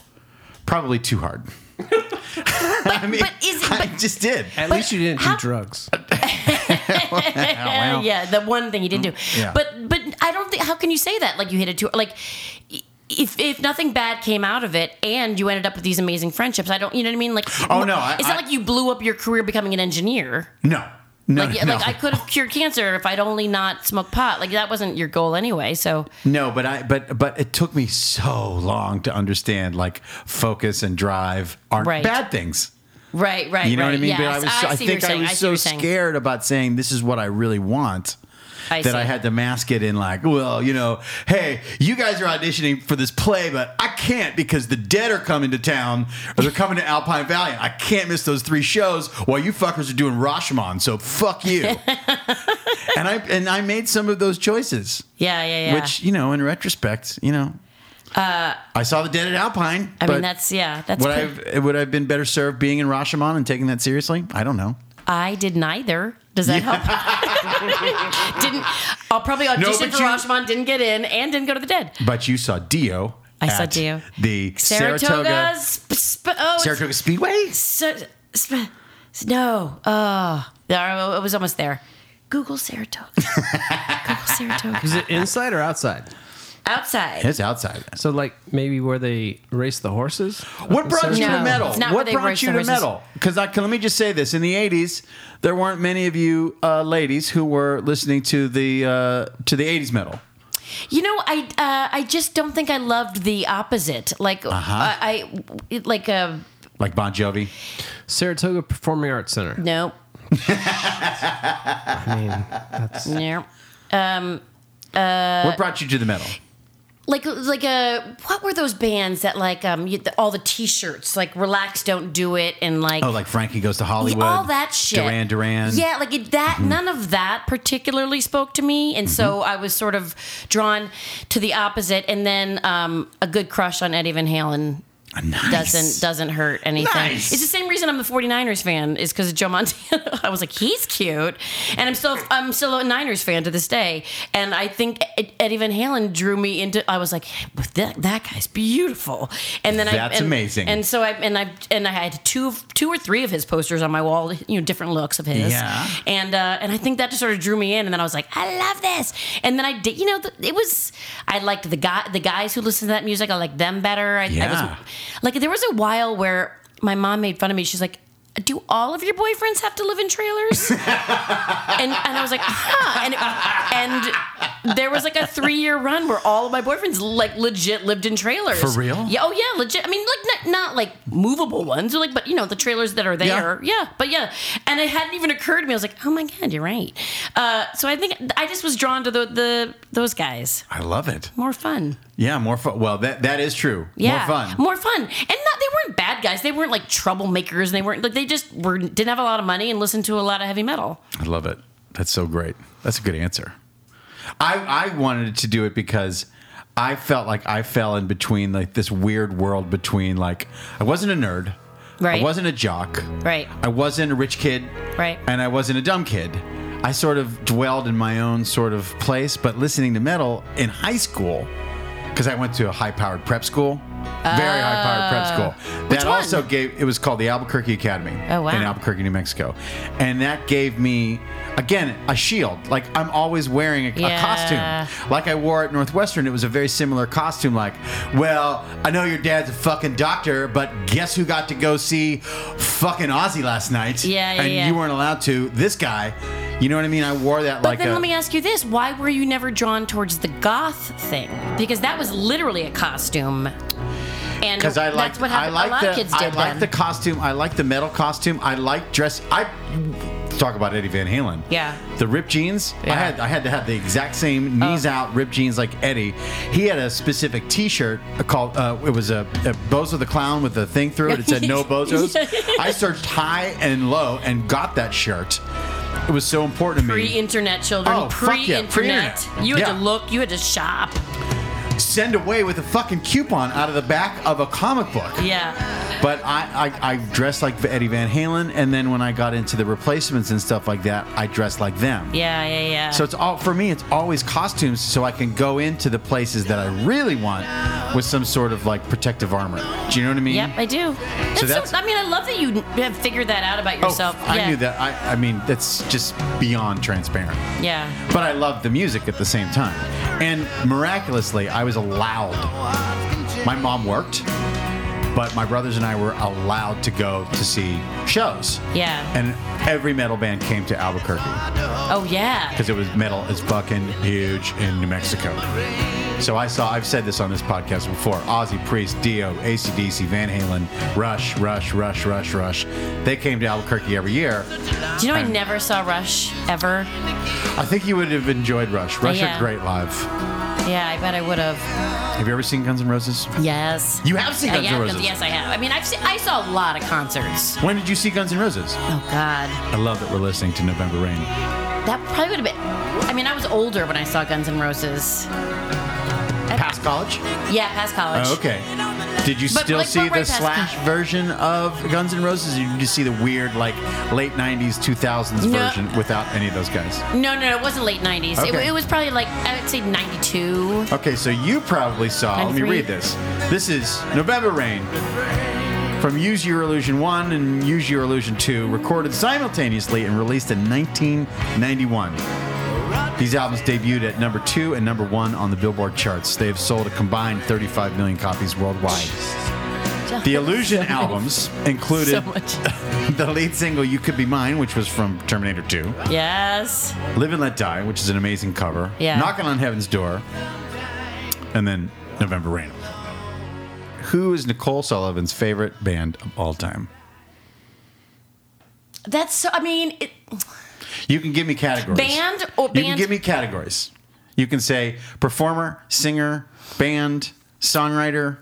S1: probably too hard. I mean,
S3: but is it-
S1: I just did.
S2: At least you didn't do drugs.
S3: Uh, yeah, the one thing he didn't do.
S1: mm, yeah.
S3: But but I don't think. How can you say that? Like you hit a tour. Like if if nothing bad came out of it, and you ended up with these amazing friendships, I don't. You know what I mean? Like
S1: Oh, no, I-
S3: it's not
S1: I-
S3: like you blew up your career becoming an engineer.
S1: No, no,
S3: Like,
S1: no.
S3: like I could have cured cancer if I'd only not smoked pot. Like that wasn't your goal anyway. So
S1: no, but I, but, but it took me so long to understand like focus and drive aren't
S3: Right.
S1: bad things.
S3: right, right.
S1: You know
S3: right.
S1: what I mean?
S3: Yeah,
S1: but I was, so- I,
S3: see what you're
S1: think I
S3: saying.
S1: was
S3: see what
S1: so
S3: you're saying.
S1: scared about saying this is what I really want.
S3: I
S1: that
S3: see.
S1: I had to mask it in like, well, you know, hey, you guys are auditioning for this play, but I can't because the dead are coming to town or they're coming to Alpine Valley. I can't miss those three shows while you fuckers are doing Rashomon. So fuck you. and I and I made some of those choices,
S3: Yeah, yeah, yeah.
S1: which you know, in retrospect, you know, I saw the dead at Alpine.
S3: I
S1: but
S3: mean, that's yeah, that's.
S1: would
S3: pretty-
S1: I would I have been better served being in Rashomon and taking that seriously? I don't know.
S3: I did neither. Does that help? didn't I'll probably audition
S1: but
S3: for
S1: you-
S3: Rashomon, didn't get in, and didn't go to the dead.
S1: But you saw Dio.
S3: I saw
S1: at
S3: Dio.
S1: The Saratoga.
S3: Saratoga, sp- sp- oh, it's
S1: Saratoga Speedway?
S3: Sa- sp- s- no, oh, there, it was almost there. Google Saratoga. Google Saratoga.
S2: Is it inside or outside?
S3: Outside.
S1: It's outside.
S2: So like maybe where they race the horses?
S1: What brought you
S3: No,
S1: to metal?
S3: it's not where
S1: What
S3: they
S1: brought
S3: race
S1: you
S3: the
S1: to
S3: horses.
S1: metal? Because I can let me just say this: in the '80s, there weren't many of you uh, ladies who were listening to the uh, to the '80s metal.
S3: You know, I uh, I just don't think I loved the opposite. Like
S1: Uh-huh.
S3: I, I it, like uh,
S1: Like Bon Jovi,
S2: Saratoga Performing Arts Center.
S3: no,
S2: I mean, that's
S3: no. Uh,
S1: what brought you to the metal?
S3: like like a what were those bands that like um you, the, all the t-shirts like relax don't do it and like
S1: Oh, like Frankie Goes to Hollywood,
S3: all that shit
S1: Duran Duran. Mm-hmm.
S3: yeah like it, that none of that particularly spoke to me and so I was sort of drawn to the opposite and then um a good crush on Eddie Van Halen
S1: nice.
S3: doesn't doesn't hurt anything.
S1: Nice.
S3: It's the same reason I'm a 49ers fan is because of Joe Montana. I was like, he's cute, and I'm still I'm still a Niners fan to this day. And I think Ed- Eddie Van Halen drew me into. I was like, that, that guy's beautiful. And then I
S1: That's
S3: and-
S1: amazing.
S3: And so I and I and I had two two or three of his posters on my wall. You know, different looks of his.
S1: Yeah.
S3: And uh, and I think that just sort of drew me in. And then I was like, I love this. And then I did. You know, th- it was I liked the guy the guys who listened to that music. I liked them better. I, I
S1: Yeah.
S3: was like there was a while where my mom made fun of me. She's like, "Do all of your boyfriends have to live in trailers?" and and I was like, "Huh." And and there was like a three year run where all of my boyfriends like legit lived in trailers
S1: For real?
S3: Yeah. Oh yeah, legit. I mean, like not, not like movable ones, or like but you know the trailers that are there. Yeah. But yeah, and it hadn't even occurred to me. I was like, "Oh my god, you're right." Uh, so I think I just was drawn to the the those guys.
S1: I love it.
S3: More fun.
S1: Yeah, more fun. Well, that that is true.
S3: Yeah,
S1: more fun.
S3: More fun. And not they weren't bad guys. They weren't like troublemakers. And they weren't like they just were didn't have a lot of money and listened to a lot of heavy metal.
S1: I love it. That's so great. That's a good answer. I I wanted to do it because I felt like I fell in between like this weird world between like I wasn't a nerd.
S3: Right.
S1: I wasn't a jock.
S3: Right.
S1: I wasn't a rich kid.
S3: Right.
S1: And I wasn't a dumb kid. I sort of dwelled in my own sort of place, but listening to metal in high school, because I went to a high powered prep school, Very high powered prep school. That
S3: Ah. one?
S1: also gave it was called the Albuquerque Academy
S3: Oh, wow.
S1: in Albuquerque, New Mexico. And that gave me again a shield. Like I'm always wearing a, a
S3: Yeah.
S1: costume. Like I wore at Northwestern, it was a very similar costume like, well, I know your dad's a fucking doctor, but guess who got to go see fucking Ozzy last night?
S3: Yeah, yeah,
S1: And
S3: yeah.
S1: you weren't allowed to. This guy, you know what I mean? I wore that
S3: But
S1: like uh,
S3: then
S1: a,
S3: let me ask you this: Why were you never drawn towards the goth thing? Because that was literally a costume. And
S1: because I like
S3: that's what
S1: I
S3: happened.
S1: like
S3: a lot
S1: the
S3: of kids
S1: I
S3: did
S1: like
S3: then.
S1: the costume. I like the metal costume. I like dress. I talk about Eddie Van Halen.
S3: Yeah.
S1: the ripped jeans. I
S3: Yeah. Oh.
S1: had I had to have the exact same knees out ripped jeans like Eddie. He had a specific T-shirt called uh, it was a, a Bozo the Clown with a thing through it. It said No Bozos. I searched high and low and got that shirt. It was so important to me.
S3: pre-internet children.
S1: Oh, fuck yeah,
S3: pre-internet.
S1: pre-internet.
S3: You had
S1: Yeah.
S3: to look. You had to shop.
S1: Send away with a fucking coupon out of the back of a comic book.
S3: Yeah.
S1: But I, I, I dressed like Eddie Van Halen, and then when I got into the replacements and stuff like that, I dressed like them.
S3: Yeah. Yeah. Yeah.
S1: So it's all for me. It's always costumes, so I can go into the places that I really want with some sort of like protective armor. Do you know what I mean?
S3: Yep, I do. That's so
S1: that's-
S3: I mean, I love that you have figured that out about
S1: Oh,
S3: yourself.
S1: I
S3: yeah.
S1: knew that. I, I mean, that's just beyond transparent.
S3: Yeah.
S1: But I love the music at the same time. And miraculously, I was allowed. My mom worked, but my brothers and I were allowed to go to see shows.
S3: Yeah.
S1: And every metal band came to Albuquerque
S3: Oh yeah.
S1: because it was metal is fucking huge in New Mexico. So I saw, I've said this on this podcast before Ozzy, Priest, Dio, ACDC, Van Halen, Rush, Rush, Rush, Rush, Rush. They came to Albuquerque every year.
S3: Do you know I never saw Rush ever?
S1: I think you would have enjoyed Rush. Rush
S3: Yeah.
S1: are great live.
S3: Yeah, I bet I would have.
S1: Have you ever seen Guns N' Roses?
S3: Yes.
S1: You have seen
S3: Uh,
S1: Guns N'
S3: yeah,
S1: Roses.
S3: Yes, I have. I mean, I've seen, I saw a lot of concerts.
S1: When did you see Guns N' Roses?
S3: Oh God,
S1: I love that we're listening to November Rain.
S3: that probably would have been. I mean, I was older when I saw Guns N' Roses.
S1: Past college?
S3: Yeah, past college.
S1: Oh, okay. Did you
S3: But,
S1: still
S3: like,
S1: see
S3: but
S1: the
S3: right past
S1: slash
S3: college.
S1: version of Guns N' Roses? Or did you just see the weird, like, late 90s, 2000s
S3: No.
S1: version without any of those guys?
S3: No, no, no, it wasn't late '90s. It-
S1: Okay.
S3: It, was probably like I would say '92.
S1: Okay, so you probably saw. Let me
S3: 93.
S1: read this. This is November Rain from Use Your Illusion 1 and Use Your Illusion 2, recorded simultaneously and released in 1991. These albums debuted at number 2 and number 1 on the Billboard charts. They have sold a combined 35 million copies worldwide. The Illusion albums
S3: So
S1: included
S3: much.
S1: the lead single You Could Be Mine, which was from Terminator 2,
S3: Yes.
S1: Live and Let Die, which is an amazing cover,
S3: Yeah.
S1: Knocking on Heaven's Door, and then November Rain. Who is Nicole Sullivan's favorite band of all time?
S3: That's. So, I mean, it,
S1: You can give me categories.
S3: Band or
S1: You can
S3: band-
S1: give me categories. You can say performer, singer, band, songwriter,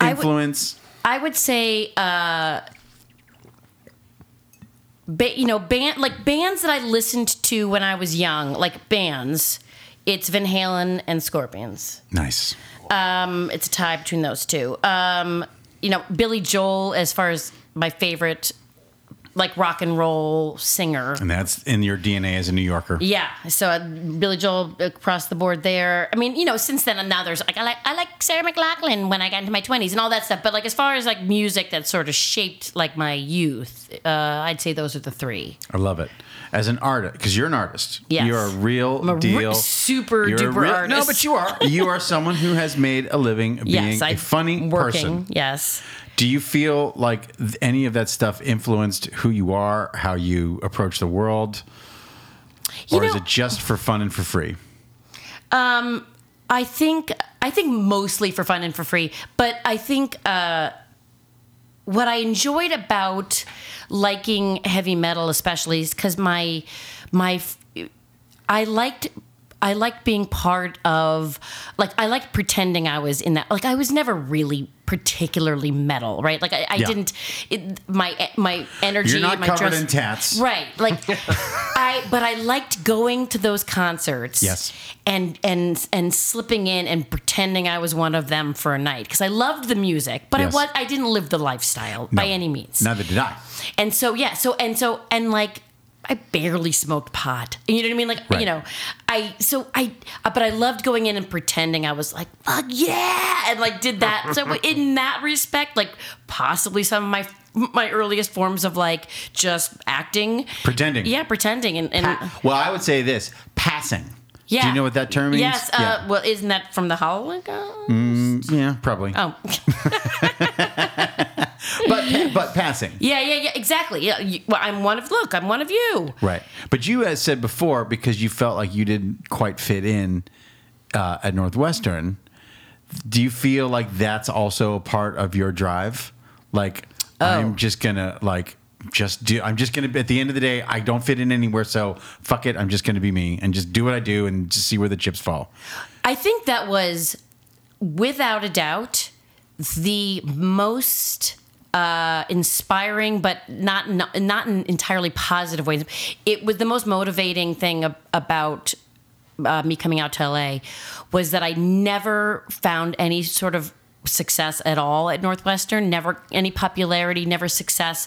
S3: I would-
S1: influence.
S3: I would say, uh, ba- you know, band like bands that I listened to when I was young, like bands. It's Van Halen and Scorpions.
S1: nice.
S3: Um, it's a tie between those two. Um, you know, Billy Joel as far as my favorite, like rock and roll singer.
S1: And that's in your DNA as a New Yorker.
S3: Yeah, so uh, Billy Joel across the board there. I mean, you know, since then and now there's like I like I like Sarah McLachlan when I got into my twenties and all that stuff. But like as far as like music that sort of shaped like my youth, uh, I'd say those are the three.
S1: I love it. As an artist, because you're an artist.
S3: Yes.
S1: You're a real
S3: I'm a re-
S1: deal.
S3: super
S1: you're a
S3: duper
S1: No,
S3: artist.
S1: but you are. You are someone who has made a living being
S3: yes,
S1: a
S3: I'm
S1: funny
S3: working.
S1: person.
S3: Yes,
S1: Do you feel like th- any of that stuff influenced who you are, how you approach the world?
S3: You
S1: or is
S3: know-
S1: it just for fun and for free?
S3: I think I think mostly for fun and for free, but I think uh, what I enjoyed about liking heavy metal, especially, is because my my f- I liked. I liked being part of, like, I liked pretending I was in that. Like, I was never really particularly metal, right? Like, I, I
S1: Yeah.
S3: didn't. It, my my energy.
S1: You're not
S3: my
S1: covered
S3: dress-
S1: in tats.
S3: right? Like, I. But I liked going to those concerts
S1: Yes.
S3: and and and slipping in and pretending I was one of them for a night because I loved the music, but
S1: Yes.
S3: I was I didn't live the lifestyle by
S1: No.
S3: any means.
S1: Neither did I.
S3: And so yeah, so and so and like I barely smoked pot. You know what I mean? Like
S1: Right.
S3: you know, I so I uh, but I loved going in and pretending I was like fuck yeah and like did that. so in that respect, like possibly some of my my earliest forms of like just acting,
S1: Pretending.
S3: Yeah, pretending and, and
S1: Well, I would say this passing.
S3: yeah.
S1: Do you know what that term means? Mm.
S3: Yes. Uh, Well, isn't that from the Howling?
S1: yeah. yeah, probably.
S3: Oh,
S1: But but passing.
S3: yeah, yeah, yeah. Exactly. Yeah. You, well, I'm one of. Look, I'm one of you.
S1: Right. But you had said before because you felt like you didn't quite fit in uh, at Northwestern. Do you feel like that's also a part of your drive? Like I'm just gonna like just do. I'm just gonna at the end of the day I don't fit in anywhere, so fuck it. I'm just gonna be me and just do what I do and just see where the chips fall.
S3: I think that was, without a doubt, the most uh, inspiring, but not not, not in entirely positive ways. It was the most motivating thing ab- about uh, me coming out to LA was that I never found any sort of success at all at Northwestern, never any popularity, never success,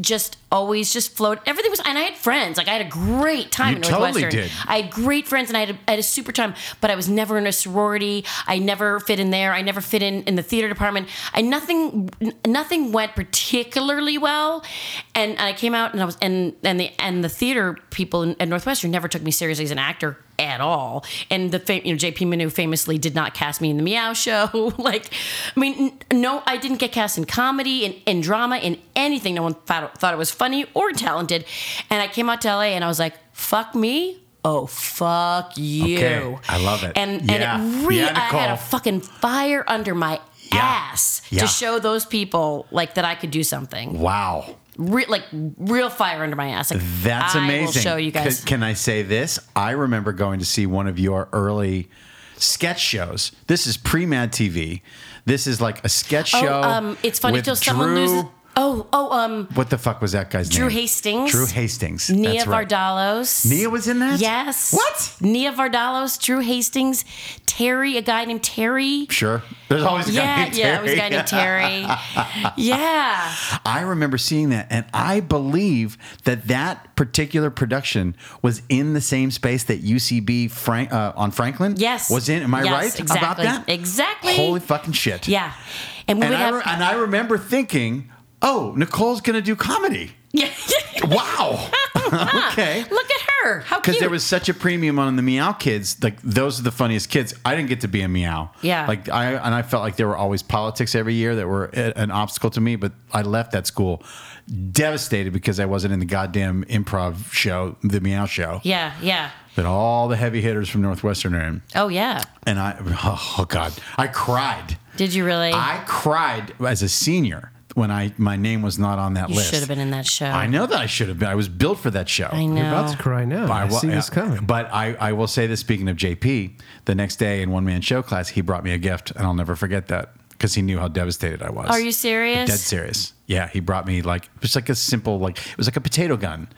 S3: just always just float. Everything was, and I had friends, like I had a great time
S1: You
S3: at
S1: totally
S3: Northwestern.
S1: did.
S3: I had great friends and I had, a, I had a super time, but I was never in a sorority. I never fit in there. I never fit in in the theater department. I nothing n- nothing went particularly well, and, and I came out and I was and and the and the theater people in, at Northwestern never took me seriously as an actor at all. And the fam- you know JP Manu famously did not cast me in the Meow Show. like, I mean, n- no, I didn't get cast in comedy and in, drama in anything. No one thought thought it was funny or talented. And I came out to LA and I was like, fuck me. Oh fuck you!
S1: Okay, I love it.
S3: And
S1: Yeah.
S3: and it really,
S1: Yeah,
S3: I had
S1: Nicole.
S3: a fucking fire under my
S1: Yeah.
S3: ass
S1: Yeah.
S3: to show those people like that I could do something.
S1: Wow.
S3: Re- like real fire under my ass. Like,
S1: That's
S3: I
S1: amazing.
S3: will show you guys.
S1: Can, can I say this? I remember going to see one of your early sketch shows. This is pre Mad TV. This is like a sketch show.
S3: oh, um, it's funny
S1: with
S3: till someone
S1: Drew-
S3: loses. Oh, oh, um,
S1: What the fuck was that guy's
S3: Drew
S1: name?
S3: Hastings.
S1: Drew Hastings.
S3: Nia
S1: That's right.
S3: Vardalos.
S1: Nia was in that?
S3: Yes.
S1: What?
S3: Nia Vardalos, Drew Hastings, Terry, a guy named Terry.
S1: Sure. There's always a guy
S3: yeah,
S1: named
S3: yeah, it was a
S1: Terry.
S3: guy named Terry. yeah.
S1: I remember seeing that, and I believe that that particular production was in the same space that UCB Frank, uh, on Franklin.
S3: Yes.
S1: was in. Am I
S3: Yes,
S1: right about
S3: exactly.
S1: that?
S3: Exactly.
S1: Holy fucking shit!
S3: Yeah. And we
S1: And
S3: would
S1: I,
S3: have.
S1: re- and I remember thinking, oh, Nicole's going to do comedy.
S3: yeah.
S1: Wow. okay.
S3: Ah, Look at her. How cute.
S1: Because there was such a premium on the meow kids, like those are the funniest kids. I didn't get to be a meow.
S3: Yeah.
S1: Like I and I felt like there were always politics every year that were a- an obstacle to me. But I left that school devastated because I wasn't in the goddamn improv show, the meow show.
S3: Yeah, yeah.
S1: That all the heavy hitters from Northwestern are in,
S3: Oh yeah.
S1: and I oh god, I cried.
S3: Did you really?
S1: I cried as a senior when I my name was not on that
S3: you
S1: list.
S3: should have been in that show.
S1: I know that I should have been. I was built for that show.
S3: I know.
S2: You're about to cry now. I,
S1: wa-
S2: see this
S1: yeah,
S2: coming.
S1: But I, I will say this speaking of JP, the next day in one man show class, he brought me a gift, and I'll never forget that because he knew how devastated I was.
S3: Are you serious?
S1: Dead serious. Yeah, he brought me like it was like a simple like it was like a potato gun,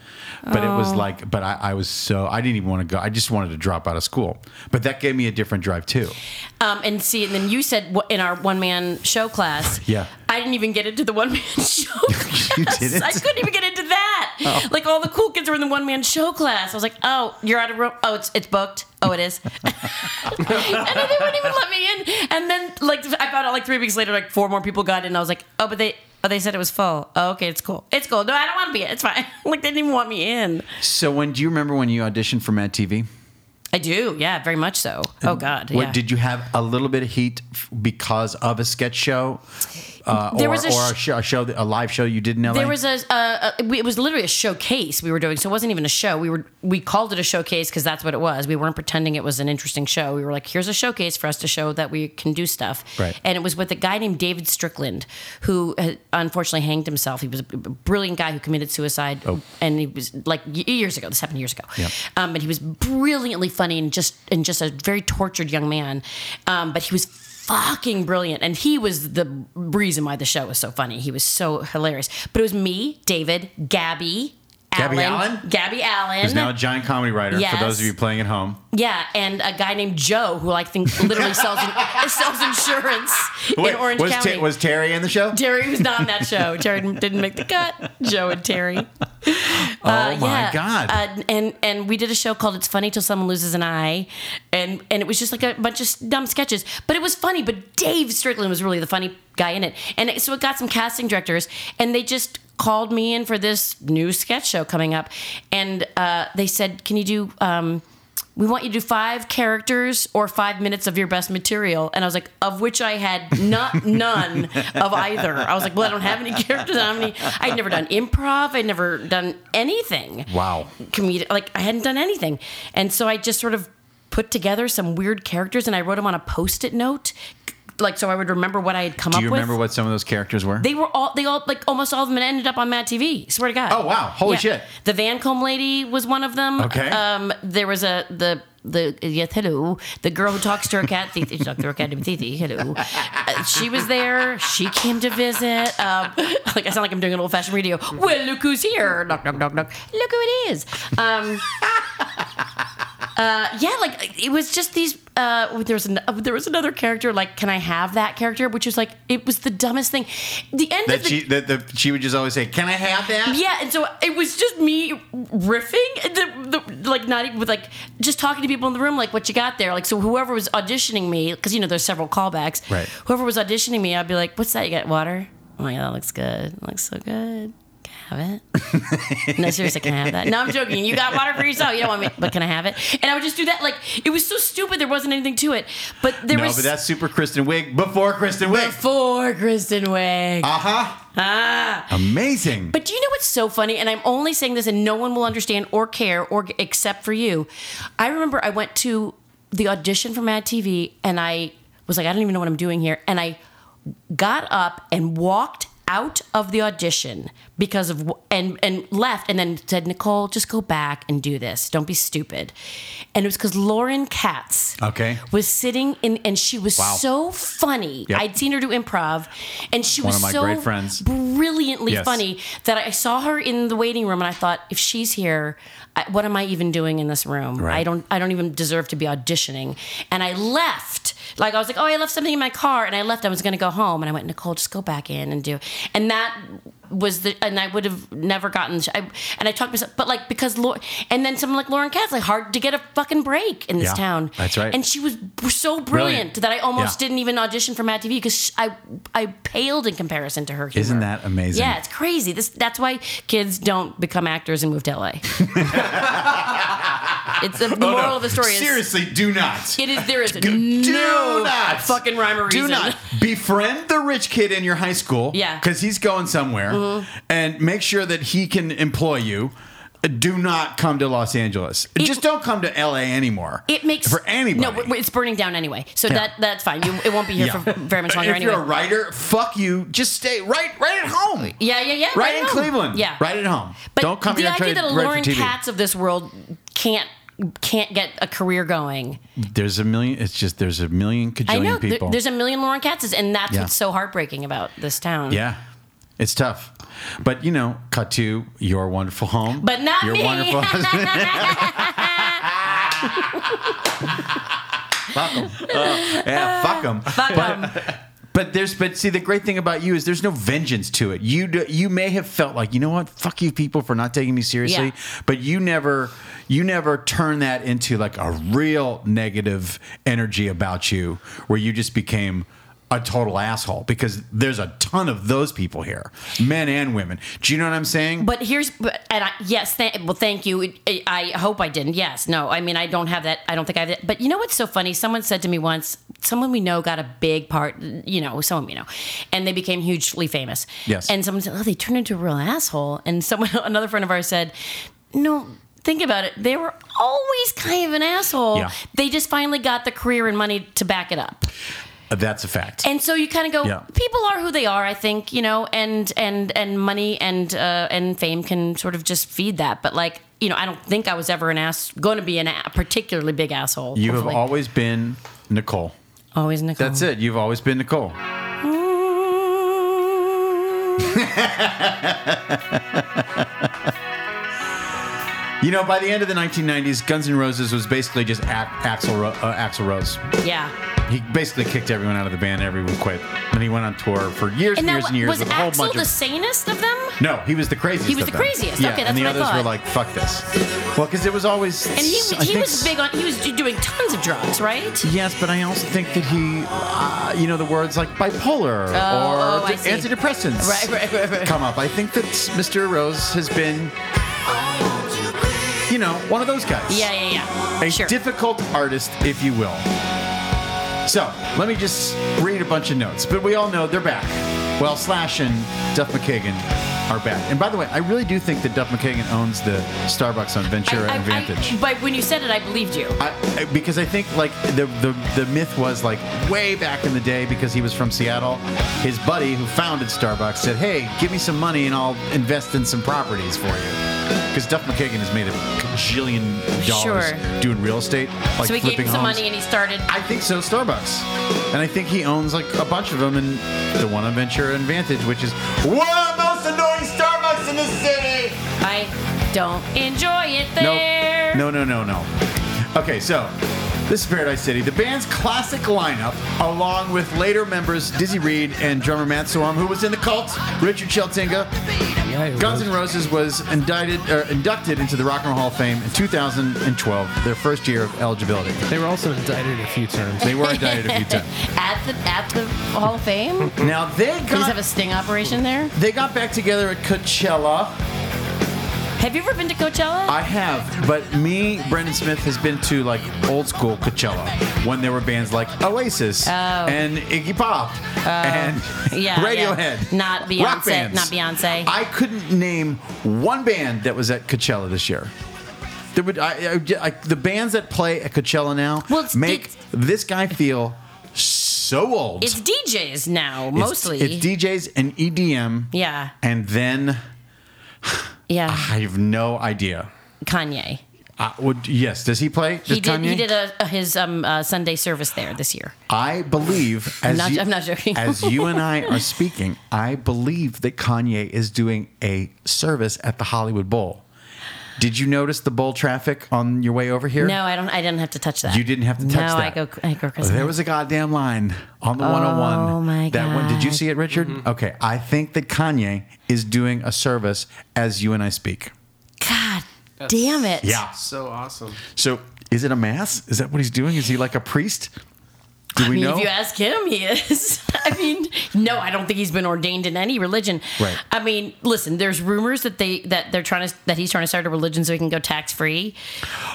S1: but it
S3: Oh.
S1: was like but I, I was so I didn't even want to go. I just wanted to drop out of school. But that gave me a different drive too.
S3: Um, and see, and then you said wh- in our one man show class.
S1: Yeah.
S3: I didn't even get into the one man show. class.
S1: You
S3: I
S1: didn't? Oh.
S3: couldn't even get into that. Like all the cool kids were in the one man show class. I was like, oh, you're out of room. Oh, it's it's booked. Oh, it is. and then they wouldn't even let me in. And then like I found out like three weeks later, like four more people got in. I was like, oh, but they. Oh, they said it was full. Oh, okay, it's cool. It's cool. No, I don't want to be in. It's fine. like they didn't even want me in.
S1: So when do you remember when you auditioned for Mad TV?
S3: I do. Yeah, very much so. Oh God.
S1: What,
S3: yeah.
S1: Did you have a little bit of heat f- because of a sketch show? Uh,
S3: There
S1: or,
S3: was a
S1: or
S3: sh-
S1: show, a show, that- a live show you did in LA.
S3: There was a, uh, a we- it was literally a showcase we were doing. So it wasn't even a show. We were we called it a showcase because that's what it was. We weren't pretending it was an interesting show. We were like, here's a showcase for us to show that we can do stuff.
S1: Right.
S3: And it was with a guy named David Strickland who had unfortunately hanged himself. He was a b- brilliant guy who committed suicide, and he was like y- years ago. This happened years ago.
S1: Oh. Yeah.
S3: Um, and he was brilliantly funny and just and just a very tortured young man. Um, but he was fucking brilliant, and he was the reason why the show was so funny. He was so hilarious. But it was me, David, Gabby.
S1: Gabby
S3: Allen,
S1: Allen?
S3: Gabby Allen.
S1: Who's now a giant comedy writer
S3: Yes.
S1: for those of you playing at home.
S3: yeah, and a guy named Joe who I think literally sells in, sells insurance in Orange
S1: was,
S3: County.
S1: was Terry in the show?
S3: Terry was not on that show. Terry didn't make the cut. Joe and Terry.
S1: oh my god!
S3: Uh, and and we did a show called "It's Funny Till Someone Loses an Eye," and and it was just like a bunch of dumb sketches, but it was funny. But Dave Strickland was really the funny guy in it, and it, so it got some casting directors, and they just called me in for this new sketch show coming up, and uh, they said, "Can you do?" Um, we want you to do five characters or five minutes of your best material. And I was like, of which I had not none of either. I was like, well, I don't have any characters. I don't have any. I'd never done improv. I'd never done anything
S1: wow.
S3: comedic. Like I hadn't done anything, and so I just sort of put together some weird characters, and I wrote them on a post-it note, like so I would remember what I had come
S1: Do
S3: up
S1: you
S3: with.
S1: remember what some of those characters were?
S3: They were all they all like almost all of them ended up on Mad TV. Swear to God.
S1: Oh, wow. Holy shit.
S3: The Vancombe lady was one of them.
S1: Okay.
S3: Um, there was a the. The yes, hello. The girl who talks to her cat, Thithi, she talked to her cat named Thithi. Hello, Uh, she was there. She came to visit. Um, like I sound like I'm doing an old fashioned radio. Well, look who's here! Knock, knock, knock, knock. Look who it is. Um, yeah, like it was just these. Uh, there was an, there was another character. Like, can I have that character? Which was like, it was the dumbest thing. The end of
S1: that
S3: the
S1: she that the, she would just always say, "Can I have that?"
S3: yeah, and so it was just me riffing, the, the, like not even with like just talking to people in the room, like what you got there, like so whoever was auditioning me, because you know there's several callbacks.
S1: Right.
S3: Whoever was auditioning me, I'd be like, "What's that? You got water? Oh my god, that looks good. It looks so good. Can I have it? no, seriously, can I have that? No, I'm joking. You got water for yourself. You don't want me, but can I have it? And I would just do that. Like it was so stupid. There wasn't anything to it. But there
S1: No,
S3: was.
S1: but that's super Kristen Wiig before Kristen Wiig.
S3: for Kristen Wiig.
S1: Uh huh. Ah. Amazing.
S3: But do you know what's so funny? And I'm only saying this, and no one will understand or care, or except for you. I remember I went to the audition for Mad TV, and I was like, I don't even know what I'm doing here. And I got up and walked out of the audition because of wh- and and left and then said Nicole just go back and do this don't be stupid and it was because Lauren Katz
S1: Okay.
S3: was sitting in and she was
S1: Wow.
S3: so funny
S1: Yep.
S3: I'd seen her do improv and she
S1: One
S3: was
S1: of my
S3: so
S1: great friends.
S3: brilliantly
S1: Yes.
S3: funny that I saw her in the waiting room and I thought, if she's here, I, what am I even doing in this room?
S1: Right.
S3: I don't, I don't even deserve to be auditioning. And I left. Like I was like, oh, I left something in my car, and I left. I was going to go home, and I went, Nicole, just go back in and do. And that was the, and I would have never gotten. I, and I talked myself, but like because Lauren, and then someone like Lauren Katz, like hard to get a fucking break in this
S1: Yeah,
S3: town.
S1: that's right.
S3: And she was so brilliant,
S1: Brilliant.
S3: that I almost
S1: Yeah.
S3: didn't even audition for Mad TV because I, I paled in comparison to her. humor.
S1: Isn't that amazing?
S3: Yeah, it's crazy. This that's why kids don't become actors and move to LA. it's the, the
S1: Oh, no.
S3: moral of the story is
S1: Seriously, do not.
S3: it is there is
S1: do
S3: no
S1: not
S3: fucking rhyme or reason.
S1: Do not befriend the rich kid in your high school.
S3: Yeah. Mm-hmm.
S1: because he's going somewhere, and make sure that he can employ you. Do not come to Los Angeles. Just don't come to L.A. anymore.
S3: It makes
S1: for anybody.
S3: No, w- w- it's burning down anyway, so
S1: Yeah.
S3: that that's fine. You, it won't be here
S1: Yeah.
S3: for very much longer
S1: if
S3: anyway.
S1: you're a writer, fuck you. Just stay right, right at home.
S3: yeah, yeah, yeah.
S1: right,
S3: at
S1: in
S3: home.
S1: Cleveland.
S3: Yeah,
S1: right at home.
S3: But
S1: don't come
S3: the
S1: here and try
S3: idea
S1: to
S3: that a
S1: write for
S3: Lauren
S1: TV.
S3: Katz of this world can't can't get a career going.
S1: There's a million. It's just there's a million cajillion
S3: I know there-
S1: people.
S3: there's a million Lauren Katzes, and that's
S1: Yeah.
S3: what's so heartbreaking about this town.
S1: yeah, it's tough. But you know, cut to your wonderful home.
S3: But not
S1: your
S3: me.
S1: wonderful husband. fuck them. yeah, fuck them.
S3: Fuck 'em.
S1: But there's but see the great thing about you is there's no vengeance to it. You do, you may have felt like you know what fuck you people for not taking me seriously,
S3: Yeah.
S1: but you never you never turn that into like a real negative energy about you where you just became a total asshole because there's a ton of those people here, men and women. Do you know what I'm saying?
S3: But here's, but, and I, yes, th- well, thank you. It- it- I hope I didn't. Yes, no, I mean, I don't have that. I don't think I have that. But you know what's so funny? Someone said to me once, someone we know got a big part, you know, someone we know, and they became hugely famous.
S1: Yes.
S3: And someone said, oh, they turned into a real asshole. And someone, another friend of ours said, no, think about it. They were always kind of an asshole.
S1: Yeah.
S3: They just finally got the career and money to back it up.
S1: That's a fact.
S3: And so you kind of go,
S1: Yeah.
S3: people are who they are, I think, you know, and and and money and uh, and fame can sort of just feed that. But like, you know, I don't think I was ever an ass, going to be an a particularly big asshole.
S1: you have
S3: hopefully.
S1: always been Nicole.
S3: always Nicole.
S1: That's it. You've always been Nicole.
S3: Mm.
S1: You know, by the end of the 1990s, Guns N' Roses was basically just Axel Ro- uh, Axl Rose.
S3: Yeah.
S1: He basically kicked everyone out of the band. Everyone quit. And he went on tour for years and
S3: And now,
S1: years and years
S3: was
S1: with a whole
S3: Axel
S1: bunch
S3: the
S1: of.
S3: sanest of them?
S1: No, he was the craziest.
S3: He was
S1: of
S3: the
S1: them.
S3: craziest.
S1: Yeah,
S3: Okay, that's
S1: and the
S3: what I
S1: others were
S3: thought.
S1: like, "Fuck this." Well, because it was always.
S3: And he,
S1: I
S3: he
S1: think
S3: was big on, he was doing tons of drugs, right?
S1: Yes, but I also think that he, uh, you know, the words like bipolar
S3: Oh,
S1: or
S3: I
S1: the
S3: see.
S1: antidepressants
S3: Right, right, right, right.
S1: come up. I think that Mr. Rose has been, you know, one of those guys.
S3: Yeah, yeah, yeah.
S1: A
S3: sure.
S1: difficult artist, if you will. So let me just read a bunch of notes. But we all know they're back. Well, Slash and Duff McKagan are back. And by the way, I really do think that Duff McKagan owns the Starbucks on Ventura
S3: I- I-
S1: and
S3: I-
S1: Vantage.
S3: but when you said it, I believed you.
S1: I, I- because I think like the, the the myth was like way back in the day because he was from Seattle. His buddy who founded Starbucks said, "Hey, give me some money and I'll invest in some properties for you." Because Duff McKagan has made a gajillion dollars
S3: Sure.
S1: doing real estate, like
S3: so he
S1: flipping
S3: gave him some
S1: homes.
S3: money and he started.
S1: I think so, Starbucks, and I think he owns like a bunch of them, and the one on Ventura and Vantage, which is one of the most annoying Starbucks in the city.
S3: I don't enjoy it
S1: Nope.
S3: there.
S1: No, no, no, no. Okay, so this is Paradise City. The band's classic lineup, along with later members Dizzy Reed and drummer Matt Sorum, who was in the cult, Richard Sheltinga.
S2: Yeah, it
S1: Guns
S2: was.
S1: N' Roses was indicted, er, inducted into the Rock and Roll Hall of Fame in 2012, their first year of eligibility.
S2: They were also indicted a few times.
S1: They were indicted a few times.
S3: At the at the Hall of Fame, they
S1: Now they
S3: just have a
S1: got
S3: sting operation there.
S1: they got back together at Coachella.
S3: Have you ever been to Coachella?
S1: I have, but me, Brendan Smith, has been to like old school Coachella when there were bands like Oasis and Iggy Pop and
S3: Oh. yeah,
S1: Radiohead.
S3: yeah. Not
S1: rock
S3: Beyonce,
S1: bands.
S3: not Beyonce.
S1: I couldn't name one band that was at Coachella this year. There would I, I, I, the bands that play at Coachella now
S3: Well, it's-
S1: make
S3: it's-
S1: this guy feel so old.
S3: it's DJs now
S1: It's-
S3: mostly.
S1: it's DJs and EDM.
S3: yeah,
S1: and then
S3: yeah.
S1: I have no idea.
S3: Kanye.
S1: Uh, would, yes, does he play? Does
S3: He did.
S1: Kanye?
S3: He did a, a- his um, uh, Sunday service there this year.
S1: I believe as
S3: not-
S1: you,
S3: I'm not joking.
S1: as you and I are speaking, I believe that Kanye is doing a service at the Hollywood Bowl. Did you notice the bowl traffic on your way over here?
S3: No, I don't. I didn't have to touch that.
S1: You didn't have to touch
S3: no,
S1: that.
S3: I go. I go. Chris.
S1: There was a goddamn line on the 101.
S3: Oh, my
S1: That one, did you
S3: God.
S1: see it, Richard? Okay, I think that Kanye is doing a service as you and I speak.
S3: God damn it.
S2: So awesome.
S1: So, is it a mass? Is that what he's doing? Is he like a priest? Do we
S3: I mean,
S1: know?
S3: if you ask him, he is. I mean, no, I don't think he's been ordained in any religion.
S1: Right.
S3: I mean, listen, there's rumors that they that they're trying to that he's trying to start a religion so he can go tax free.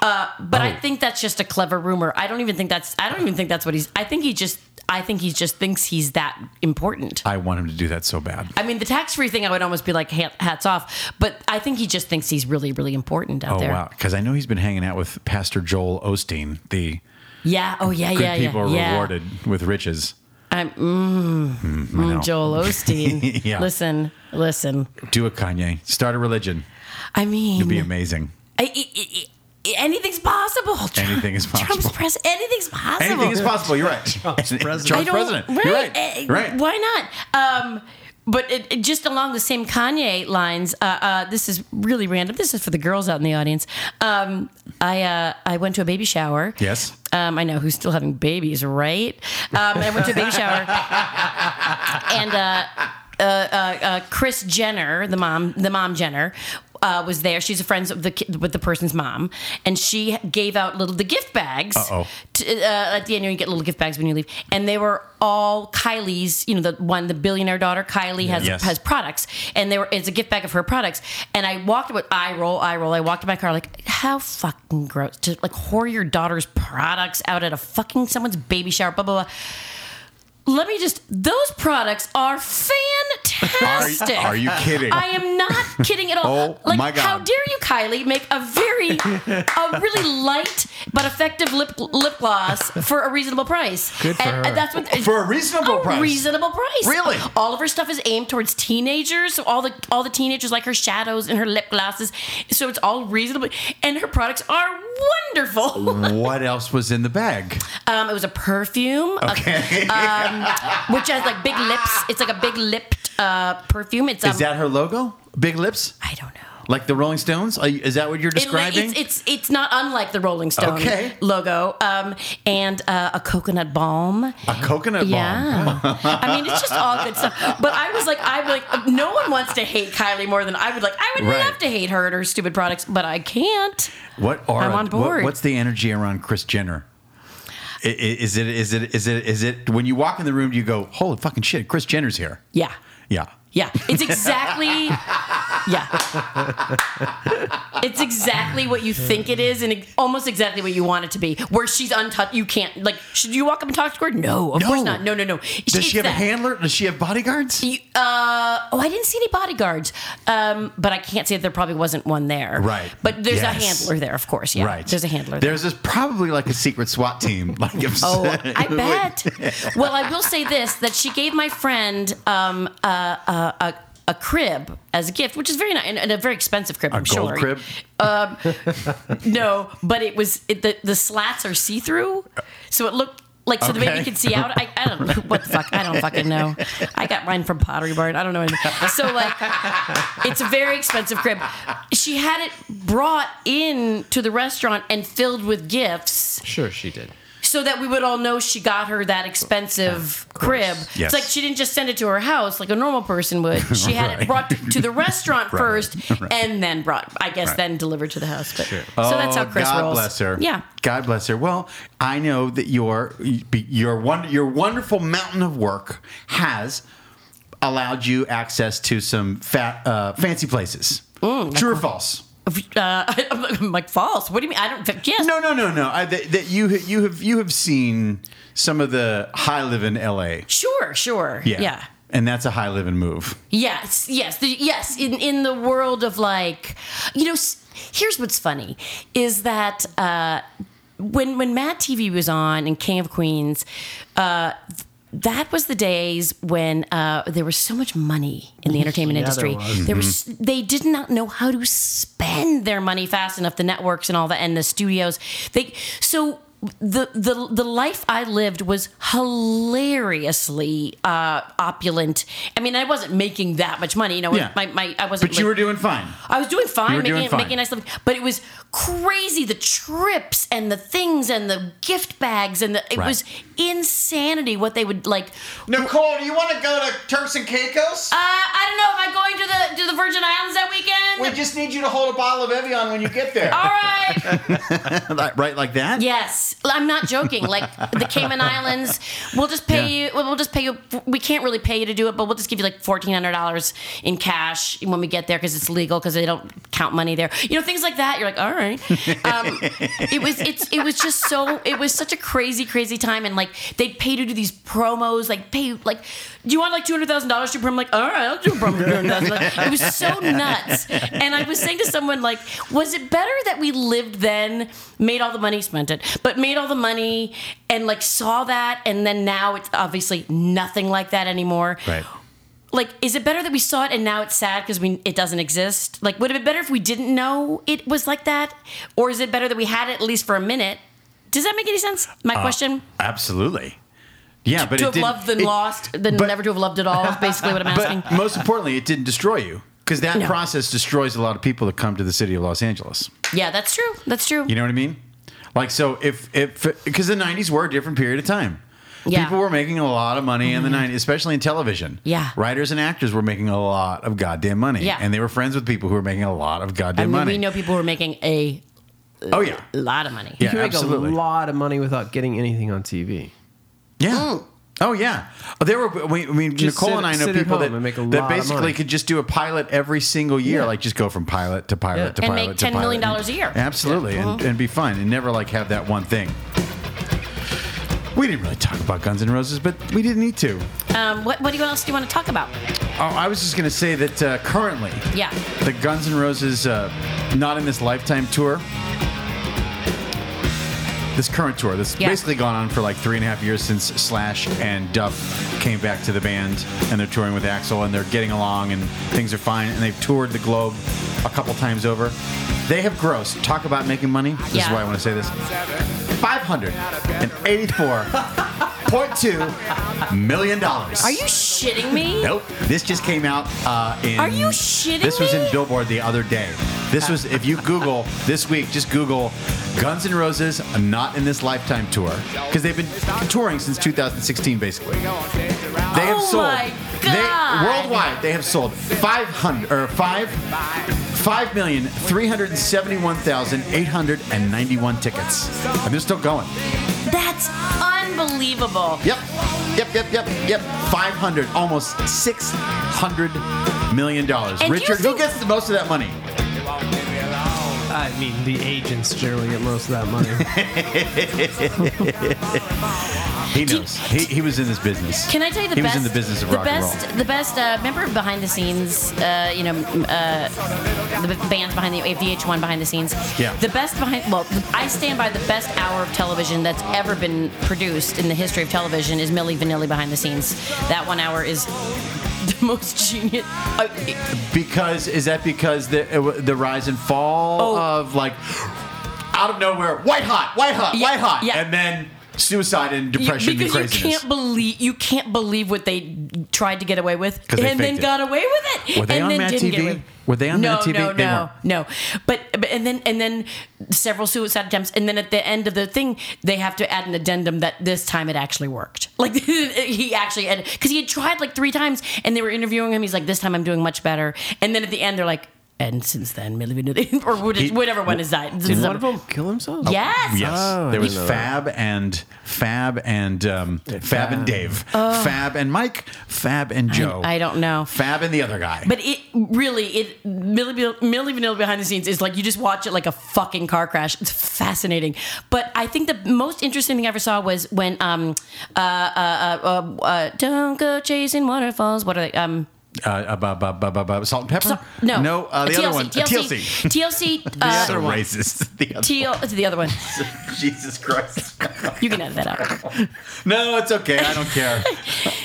S3: Uh, but I
S1: Oh.
S3: think that's just a clever rumor. I don't even think that's. I don't even think that's what he's. I think he just. I think he just thinks he's that important.
S1: I want him to do that so bad.
S3: I mean, the tax free thing, I would almost be like ha- hats off. But I think he just thinks he's really, really important out
S1: Oh
S3: there.
S1: wow! Because I know he's been hanging out with Pastor Joel Osteen, the
S3: Yeah. Oh yeah.
S1: good
S3: yeah.
S1: people
S3: yeah.
S1: are
S3: yeah.
S1: rewarded with riches.
S3: I'm mm, mm,
S1: know.
S3: Joel Osteen.
S1: Yeah.
S3: Listen, listen.
S1: Do a Kanye, start a religion.
S3: I mean,
S1: It'd be amazing.
S3: I- I- I- I- anything's possible. Trump-
S1: Anything is
S3: Trump's
S1: possible.
S3: pres. Anything's possible.
S1: Anything is possible. You're right. Trump's
S2: president.
S3: I
S1: Trump's
S3: don't-
S1: president. You're right.
S3: eh,
S1: You're right.
S3: Why not? Um, but it, it- just along the same Kanye lines, uh, uh, this is really random. This is for the girls out in the audience. Um, I uh, I went to a baby shower.
S1: Yes.
S3: Um, I know who's still having babies, right? Um, and I went to a baby shower, and uh, Chris Jenner, the mom, the mom Jenner, uh, was there. She's a friend of the ki- with the person's mom, and she gave out little the gift bags.
S1: Uh-oh.
S3: to- uh, at the end, you know, you get little gift bags when you leave, and they were all Kylie's. You know, the one the billionaire daughter Kylie has
S1: Yes.
S3: has products, and they were it's a gift bag of her products. And I walked with eye roll, eye roll. I walked in my car like, how fucking gross to like whore your daughter's products out at a fucking someone's baby shower. Blah blah blah. Let me just. Those products are fantastic.
S1: Are you kidding?
S3: I am not kidding at all.
S1: Oh,
S3: like,
S1: my God.
S3: how dare you, Kylie, make a very, a really light but effective lip lip gloss for a reasonable price?
S2: Good for
S3: and,
S2: her.
S3: and that's what
S1: For a reasonable
S3: a
S1: price.
S3: reasonable price.
S1: Really?
S3: all of her stuff is aimed towards teenagers. So all the all the teenagers like her shadows and her lip glosses. So it's all reasonable, and her products are wonderful.
S1: what else was in the bag?
S3: Um, it was a perfume, a
S1: Okay.
S3: which has like big lips. It's like a big lipped uh, perfume. It's um,
S1: is that her logo? Big lips?
S3: I don't know.
S1: Like the Rolling Stones? Are you- Is that what you're
S3: It li-
S1: describing?
S3: It's, it's it's not unlike the Rolling Stone
S1: Okay.
S3: logo, um, and uh, a coconut balm.
S1: a coconut bomb.
S3: Yeah, I mean it's just all good stuff. But I was like, I'm like, no one wants to hate Kylie more than I would like. I would
S1: Right.
S3: love to hate her and her stupid products, but I can't.
S1: What are
S3: I'm on
S1: what-
S3: board.
S1: what's the energy around Chris Jenner? I- i- Is it is it is it is it when you walk in the room do you go holy fucking shit Chris Jenner's here?
S3: Yeah,
S1: Yeah.
S3: yeah, it's exactly, yeah, it's exactly what you think it is, and ex- almost exactly what you want it to be. Where she's untouched, you can't like. Should you walk up and talk to her? No, of
S1: No.
S3: course not. No, no, no.
S1: Does she have a
S3: that.
S1: handler? Does she have bodyguards?
S3: You- uh, oh, I didn't see any bodyguards, um, but I can't say that there probably wasn't one there.
S1: Right.
S3: But there's a
S1: Yes.
S3: handler there, of course. Yeah.
S1: Right.
S3: There's a handler. There.
S1: There's this probably like a secret SWAT team. Like I'm
S3: Oh,
S1: saying.
S3: I bet. well, I will say this: that she gave my friend um, a, a, a, a crib as a gift, which is very nice and, and a very expensive crib.
S1: a
S3: I'm
S1: gold
S3: sure.
S1: crib.
S3: No, but it was it, the the slats are see through, so it looked. Like so, the baby
S1: Okay.
S3: could see out. I, I don't know what the fuck. I don't fucking know. I got mine from Pottery Barn. I don't know anything. So like, it's a very expensive crib. She had it brought in to the restaurant and filled with gifts,
S2: Sure, she did.
S3: so that we would all know she got her that expensive crib.
S1: Yes.
S3: It's like she didn't just send it to her house like a normal person would. She had
S1: Right.
S3: it brought to the restaurant
S1: Right.
S3: first,
S1: Right.
S3: and then brought. I guess
S1: Right.
S3: then delivered to the house. But so that's how
S1: Oh,
S3: Chris
S1: God
S3: rolls.
S1: bless her.
S3: Yeah.
S1: God bless her. Well, I know that your your one your wonderful mountain of work has allowed you access to some fat, uh, fancy places. True or false?
S3: Uh, I'm like false. What do you mean? I don't. Yes.
S1: No, no, no, no. I, that, that you you have you have seen some of the high live in L.A.
S3: Sure. Sure.
S1: Yeah.
S3: Yeah.
S1: And that's a high live in move.
S3: Yes, yes, the, yes. In in the world of like, you know, s- here's what's funny is that uh, when when Mad TV was on and King of Queens, uh, th- that was the days when uh, there was so much money in the entertainment
S2: Yeah, there
S3: industry.
S2: was.
S3: There was
S1: Mm-hmm.
S3: they did not know how to spend their money fast enough. The networks and all that, and the studios. They so. The, the the life I lived was hilariously uh, opulent. I mean, I wasn't making that much money, you know.
S1: Yeah.
S3: My, my I wasn't.
S1: But you
S3: like-
S1: were doing fine.
S3: I was doing fine,
S1: You were
S3: making,
S1: doing
S3: it-
S1: fine.
S3: making a nice living, but it was crazy the trips and the things and the gift bags and the, it
S1: Right.
S3: was insanity what they would like.
S1: Nicole, do you want to go to Turks and Caicos?
S3: Uh, I don't know. Am I going to the to the Virgin Islands that weekend?
S1: just need you to hold a bottle of Evian when you get there.
S3: All right.
S1: Like- right like that?
S3: Yes, I'm not joking. Like the Cayman Islands, we'll just pay
S1: Yeah.
S3: you. We'll we'll just pay you. We can't really pay you to do it, but we'll just give you like fourteen hundred dollars in cash when we get there because it's legal because they don't count money there. You know things like that. You're like, all right. Um, it was it's it was just so it was such a crazy crazy time and like they'd pay to do these promos like pay you like do you want like two hundred thousand dollars to do a promo like all right I'll do a promo for two hundred thousand dollars. It was so nuts. And I was saying to someone like, was it better that we lived then, made all the money, spent it, but made all the money and like saw that, and then now it's obviously nothing like that anymore.
S1: Right.
S3: Like, is it better that we saw it and now it's sad because we it doesn't exist? Like, would it be better if we didn't know it was like that, or is it better that we had it at least for a minute? Does that make any sense? My question.
S1: Absolutely. Yeah, Uh, but
S3: To
S1: it
S3: have
S1: didn't-
S3: loved than
S1: it-
S3: lost, than
S1: but-
S3: never to have loved at all is basically what I'm asking.
S1: But most importantly, it didn't destroy you because that
S3: No.
S1: process destroys a lot of people that come to the city of Los Angeles.
S3: yeah, that's true. That's true.
S1: You know what I mean? Like so, if if because the '90s were a different period of time.
S3: Yeah. Mm-hmm.
S1: People were making a lot of money in the '90s, especially in television.
S3: Yeah.
S1: Writers and actors were making a lot of goddamn money.
S3: Yeah.
S1: And they were friends with people who were making a lot of goddamn
S3: I mean,
S1: money.
S3: we know people who are making a
S1: oh yeah.
S3: lot of money.
S1: Yeah,
S2: You can make
S1: absolutely.
S2: a lot of money without getting anything on TV.
S1: Yeah. Oh yeah, Oh, there were. We, I mean,
S2: Mm. Just
S1: Nicole
S2: sit-
S1: and I know
S2: sit at
S1: people that,
S2: home and make a lot
S1: that
S2: of
S1: basically
S2: money.
S1: could just do a pilot every single year,
S2: Yeah.
S1: like just go from pilot to pilot
S2: Yeah. Mm-hmm.
S1: to
S3: And
S1: pilot
S3: make
S1: to
S3: $10 million
S1: pilot.
S3: a year.
S1: Absolutely, and, and be fine, and never like have that one thing. We didn't really talk about Guns N' Roses, but we didn't need to.
S3: Um, what, what do you else do you want to talk about?
S1: Oh, I was just going to say that uh, currently,
S3: Yeah.
S1: the Guns N' Roses uh, Not in This Lifetime tour. This current tour that's
S3: Yeah.
S1: basically gone on for like three and a half years since Slash and Duff came back to the band and they're touring with Axel and they're getting along and things are fine and they've toured the globe a couple times over. They have grossed. Talk about making money. This is
S3: Yeah.
S1: why I want to say this. $584 $1.2 million.
S3: Are you shitting me?
S1: Nope. This just came out uh, in.
S3: Are you shitting
S1: This was in
S3: me?
S1: Billboard the other day. This was, if you Google this week, just Google Guns N' Roses Not in This Lifetime Tour. Because they've been touring since 2016, basically. They have
S3: Oh
S1: sold.
S3: my
S1: They,
S3: God.
S1: worldwide, they have sold 500, or 5. 5,371,891 tickets. And they're still going.
S3: That's unbelievable.
S1: Yep. Yep, yep, yep, yep. 500, almost 600 million dollars.
S3: And do you
S1: Richard, who
S3: think-
S1: gets the most of that money?
S2: I mean, the agents generally get most of that money.
S1: He knows. He, he was in this business.
S3: Can I tell you the
S1: He
S3: best?
S1: was in the business of
S3: the
S1: rock and
S3: best, The best uh, member of behind the scenes, uh, you know, m- uh, the band behind the VH1 behind the scenes.
S1: Yeah.
S3: The best behind. Well, I stand by the best hour of television that's ever been produced in the history of television is Millie Vanilli behind the scenes. That one hour is the most genius. Uh,
S1: Because, is that because the, it wa- the rise and fall
S3: Oh.
S1: of like out of nowhere, white hot, white hot,
S3: Yeah,
S1: white hot,
S3: yeah.
S1: and then suicide and
S3: you-
S1: depression
S3: because
S1: and
S3: you
S1: craziness?
S3: can't believe you can't believe what they tried to get away with,
S1: 'Cause they
S3: and then
S1: faked it.
S3: got away with it,
S1: Were they
S3: and
S1: on
S3: then
S1: Mad
S3: didn't get
S1: TV?
S3: away. with-
S1: Were they on
S3: no,
S1: Mad TV?
S3: No,
S1: They
S3: no,
S1: weren't.
S3: no. But, but and then and then several suicide attempts, and then at the end of the thing, they have to add an addendum that this time it actually worked. Like he actually had because he had tried like three times, and they were interviewing him. He's like, "This time I'm doing much better." And then at the end, they're like, "And since then, Millie Vanilli," or what-
S1: He-
S3: whatever one is that.
S2: Did one of them kill themselves?
S3: Yes.
S1: Yes,
S2: Oh, I
S1: there was
S2: didn't know
S1: Fab and Fab and um, Fab, and
S2: Fab.
S1: Dave, Fab and Mike, Fab and Joe.
S3: Oh. I don't know.
S1: Fab and the other guy.
S3: But it really, it Millie, Millie Vanilli behind the scenes is like you just watch it like a fucking car crash. It's fascinating. But I think the most interesting thing I ever saw was when um uh uh uh, uh, uh don't go chasing waterfalls. What are they um
S1: uh, uh, bu- bu- bu- bu- bu- salt and pepper?
S3: so- no
S1: no, uh, the
S3: TLC,
S1: other one, uh, TLC.
S3: TLC TLC uh,
S1: so racist. The other
S3: TL uh, it's the other one.
S1: one. Jesus Christ.
S3: You can edit that out. Well,
S1: no, it's okay. I don't care.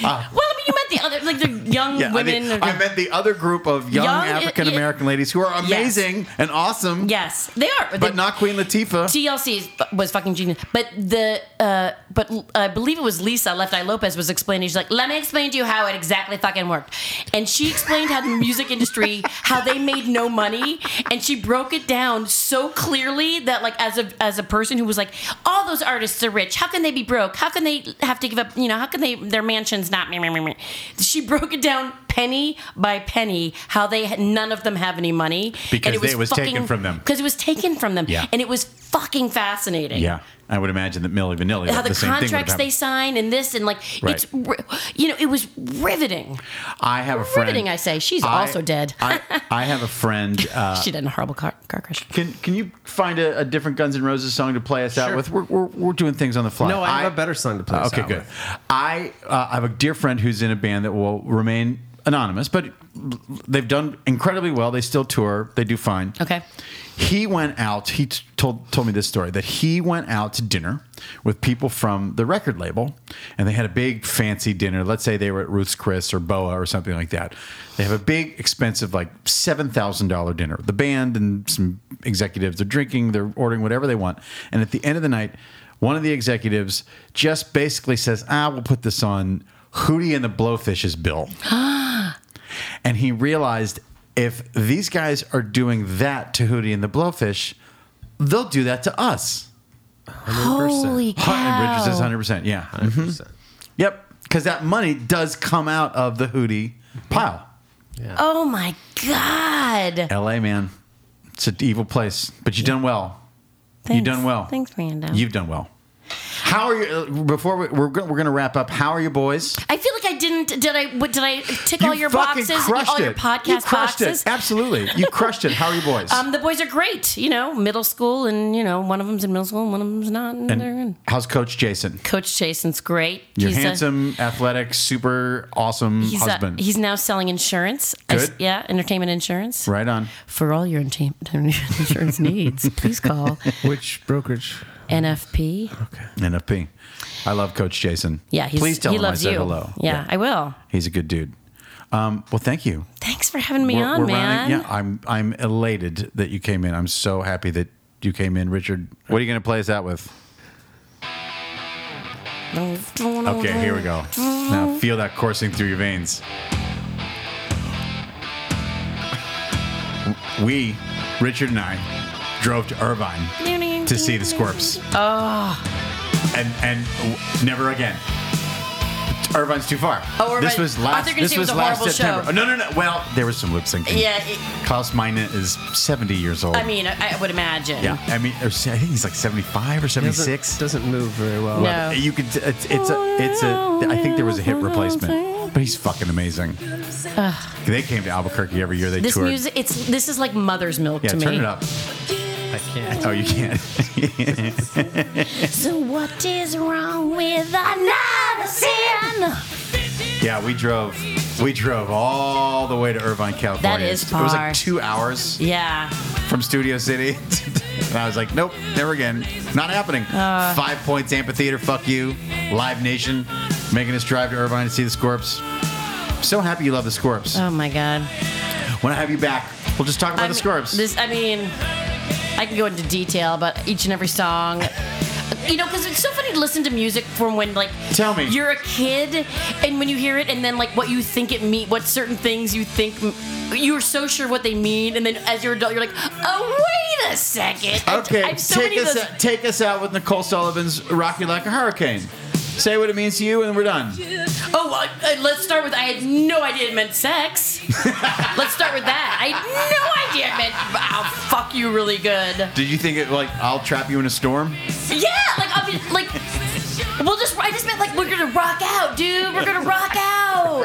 S3: I mean, you meant the other like the young
S1: Yeah, I,
S3: women.
S1: mean, I meant the other group of young,
S3: Young, uh,
S1: African American ladies who are amazing and awesome,
S3: yes, they are.
S1: but
S3: They-
S1: not Queen Latifah.
S3: TLC is- was fucking genius. But the uh, but I believe it was Lisa Left Eye Lopez was explaining. She's like, "Let me explain to you how it exactly fucking worked." And she explained how the music industry how they made no money, and she broke it down so clearly that like as a as a person who was like, "All those artists are rich. How can they be broke? How can they have to give up? You know, how can they their mansions not?" meh, meh, meh, meh." She broke it down penny by penny how they had, none of them have any money
S1: Because it was taken from them.
S3: because it was taken from them
S1: Yeah.
S3: and it was fucking fascinating.
S1: yeah, I would imagine that Millie Vanilli.
S3: How the,
S1: the same thing would have
S3: contracts they
S1: happened.
S3: sign and this and like it's ri- you know it was riveting.
S1: I have a friend.
S3: Riveting, I say. She's
S1: I-
S3: also dead.
S1: I, I have a friend. Uh,
S3: she did a horrible car, car crash.
S1: can Can you find a, a different Guns N' Roses song to play us out
S2: Sure.
S1: with? We're, we're, we're doing things on the fly.
S2: No, I have a better song to play us
S1: Okay,
S2: out
S1: good.
S2: with.
S1: I uh, I have a dear friend who's in a band that will remain anonymous, but they've done incredibly well. They still tour. They do fine.
S3: Okay.
S1: He went out. He t- told told me this story that he went out to dinner with people from the record label, and they had a big fancy dinner. Let's say they were at Ruth's Chris or Boa or something like that. They have a big expensive like seven thousand dollar dinner. The band and some executives are drinking. They're ordering whatever they want, and at the end of the night, one of the executives just basically says, "Ah, we'll put this on Hootie and the Blowfish's bill." and he realized if these guys are doing that to Hootie and the Blowfish, they'll do that to us.
S2: 100%.
S3: Holy
S1: uh, And Bridges says
S3: cow!
S1: 100%. Yeah.
S2: percent
S1: Yep. Because that money does come out of the Hootie pile.
S3: Oh my god!
S1: LA, man. It's an evil place, but you've done well.
S3: Thanks.
S1: You've done well.
S3: Thanks, Rando.
S1: You've done well. How are you? uh, Before we, we're go- we're going to wrap up. How are you, boys?
S3: I feel like I didn't. Did I? What, did I tick all
S1: You
S3: your
S1: fucking
S3: boxes? All your
S1: it.
S3: podcast
S1: you crushed
S3: boxes?
S1: It. Absolutely, you crushed it. How are you, boys?
S3: Um, the boys are great. You know, middle school, and you know, one of them's in middle school, and one of them's not. And, they're in.
S1: and how's Coach Jason?
S3: Coach Jason's great.
S1: Your
S3: He's a-
S1: handsome, athletic, super awesome
S3: He's uh,
S1: husband.
S3: he's now selling insurance. I s-
S1: Good.
S3: yeah, entertainment insurance.
S1: right on.
S3: For all your enta- insurance needs, please call
S2: Which brokerage?
S3: NFP.
S1: NFP. I love Coach Jason.
S3: Yeah, he's,
S1: please tell
S3: he
S1: him
S3: loves
S1: I said
S3: you.
S1: hello.
S3: Yeah, I will.
S1: he's a good dude. Um, well, thank you.
S3: Thanks for having me
S1: We're-
S3: on,
S1: we're
S3: man.
S1: rounding- yeah, I'm I'm elated that you came in. I'm so happy that you came in, Richard. What are you going to play us out with? Okay, here we go. Now feel that coursing through your veins. We, Richard and I, drove to Irvine to see the Scorps. Oh.
S3: Ah.
S1: And and w- never again. Irvine's too far.
S3: Oh, Irvine-
S1: This was
S3: I
S1: last.
S3: thought you were gonna
S1: this
S3: say it was a
S1: last
S3: horrible
S1: September.
S3: show.
S1: Oh, no, no, no. Well, there was some lip syncing.
S3: Yeah, it-
S1: Klaus Meine is 70 years old.
S3: I mean, I, I would imagine.
S1: yeah. I mean, or se- I think he's like 75 or
S2: Doesn't-
S1: 76.
S2: doesn't move very well.
S3: No.
S1: You could. It's, it's a. It's a. I think there was a hit replacement, but he's fucking amazing. They came to Albuquerque every year. They
S3: This
S1: toured.
S3: music, it's this is like mother's milk
S1: yeah,
S3: to
S1: turn
S3: me.
S1: it up.
S2: I can't.
S1: Oh, you can't.
S3: So what is wrong with another sin?
S1: yeah, we drove. We drove all the way to Irvine, California.
S3: is
S1: It was
S3: far.
S1: like two hours
S3: Yeah,
S1: from Studio City, and I was like, nope, never again. Not happening.
S3: Uh.
S1: Five Points Amphitheater. Fuck you, Live Nation, making us drive to Irvine to see the Scorps. So happy you love the Scorps.
S3: Oh my god.
S1: when I have you back, we'll just talk about
S3: I
S1: the
S3: mean,
S1: Scorps.
S3: This, I mean, I can go into detail about each and every song. You know, because it's so funny to listen to music from when, like,
S1: Tell me.
S3: you're a kid, and when you hear it, and then like what you think it mean, what certain things you think m- you're so sure what they mean, and then as you're an adult, you're like, oh wait a second. I-
S1: Okay,
S3: I have so
S1: take
S3: many of
S1: us
S3: those-
S1: out, take us out with Nicole Sullivan's "Rock You Like a Hurricane." Say what it means to you, and we're done.
S3: Oh, uh, uh, let's start with I had no idea it meant sex. let's start with that. I had no idea it meant I'll fuck you really good.
S1: Did you think it like I'll trap you in a storm?
S3: Yeah, like I mean, like we'll just I just meant like we're gonna rock out, dude. We're gonna rock out.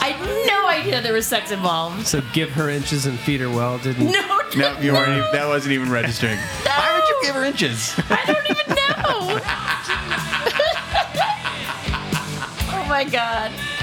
S3: I had no idea there was sex involved.
S2: So give her inches and feed her well, didn't
S3: No,
S1: No, you weren't. Even,
S3: no,
S1: that wasn't even registering. Why would you give her inches?
S3: I don't even know. oh my god.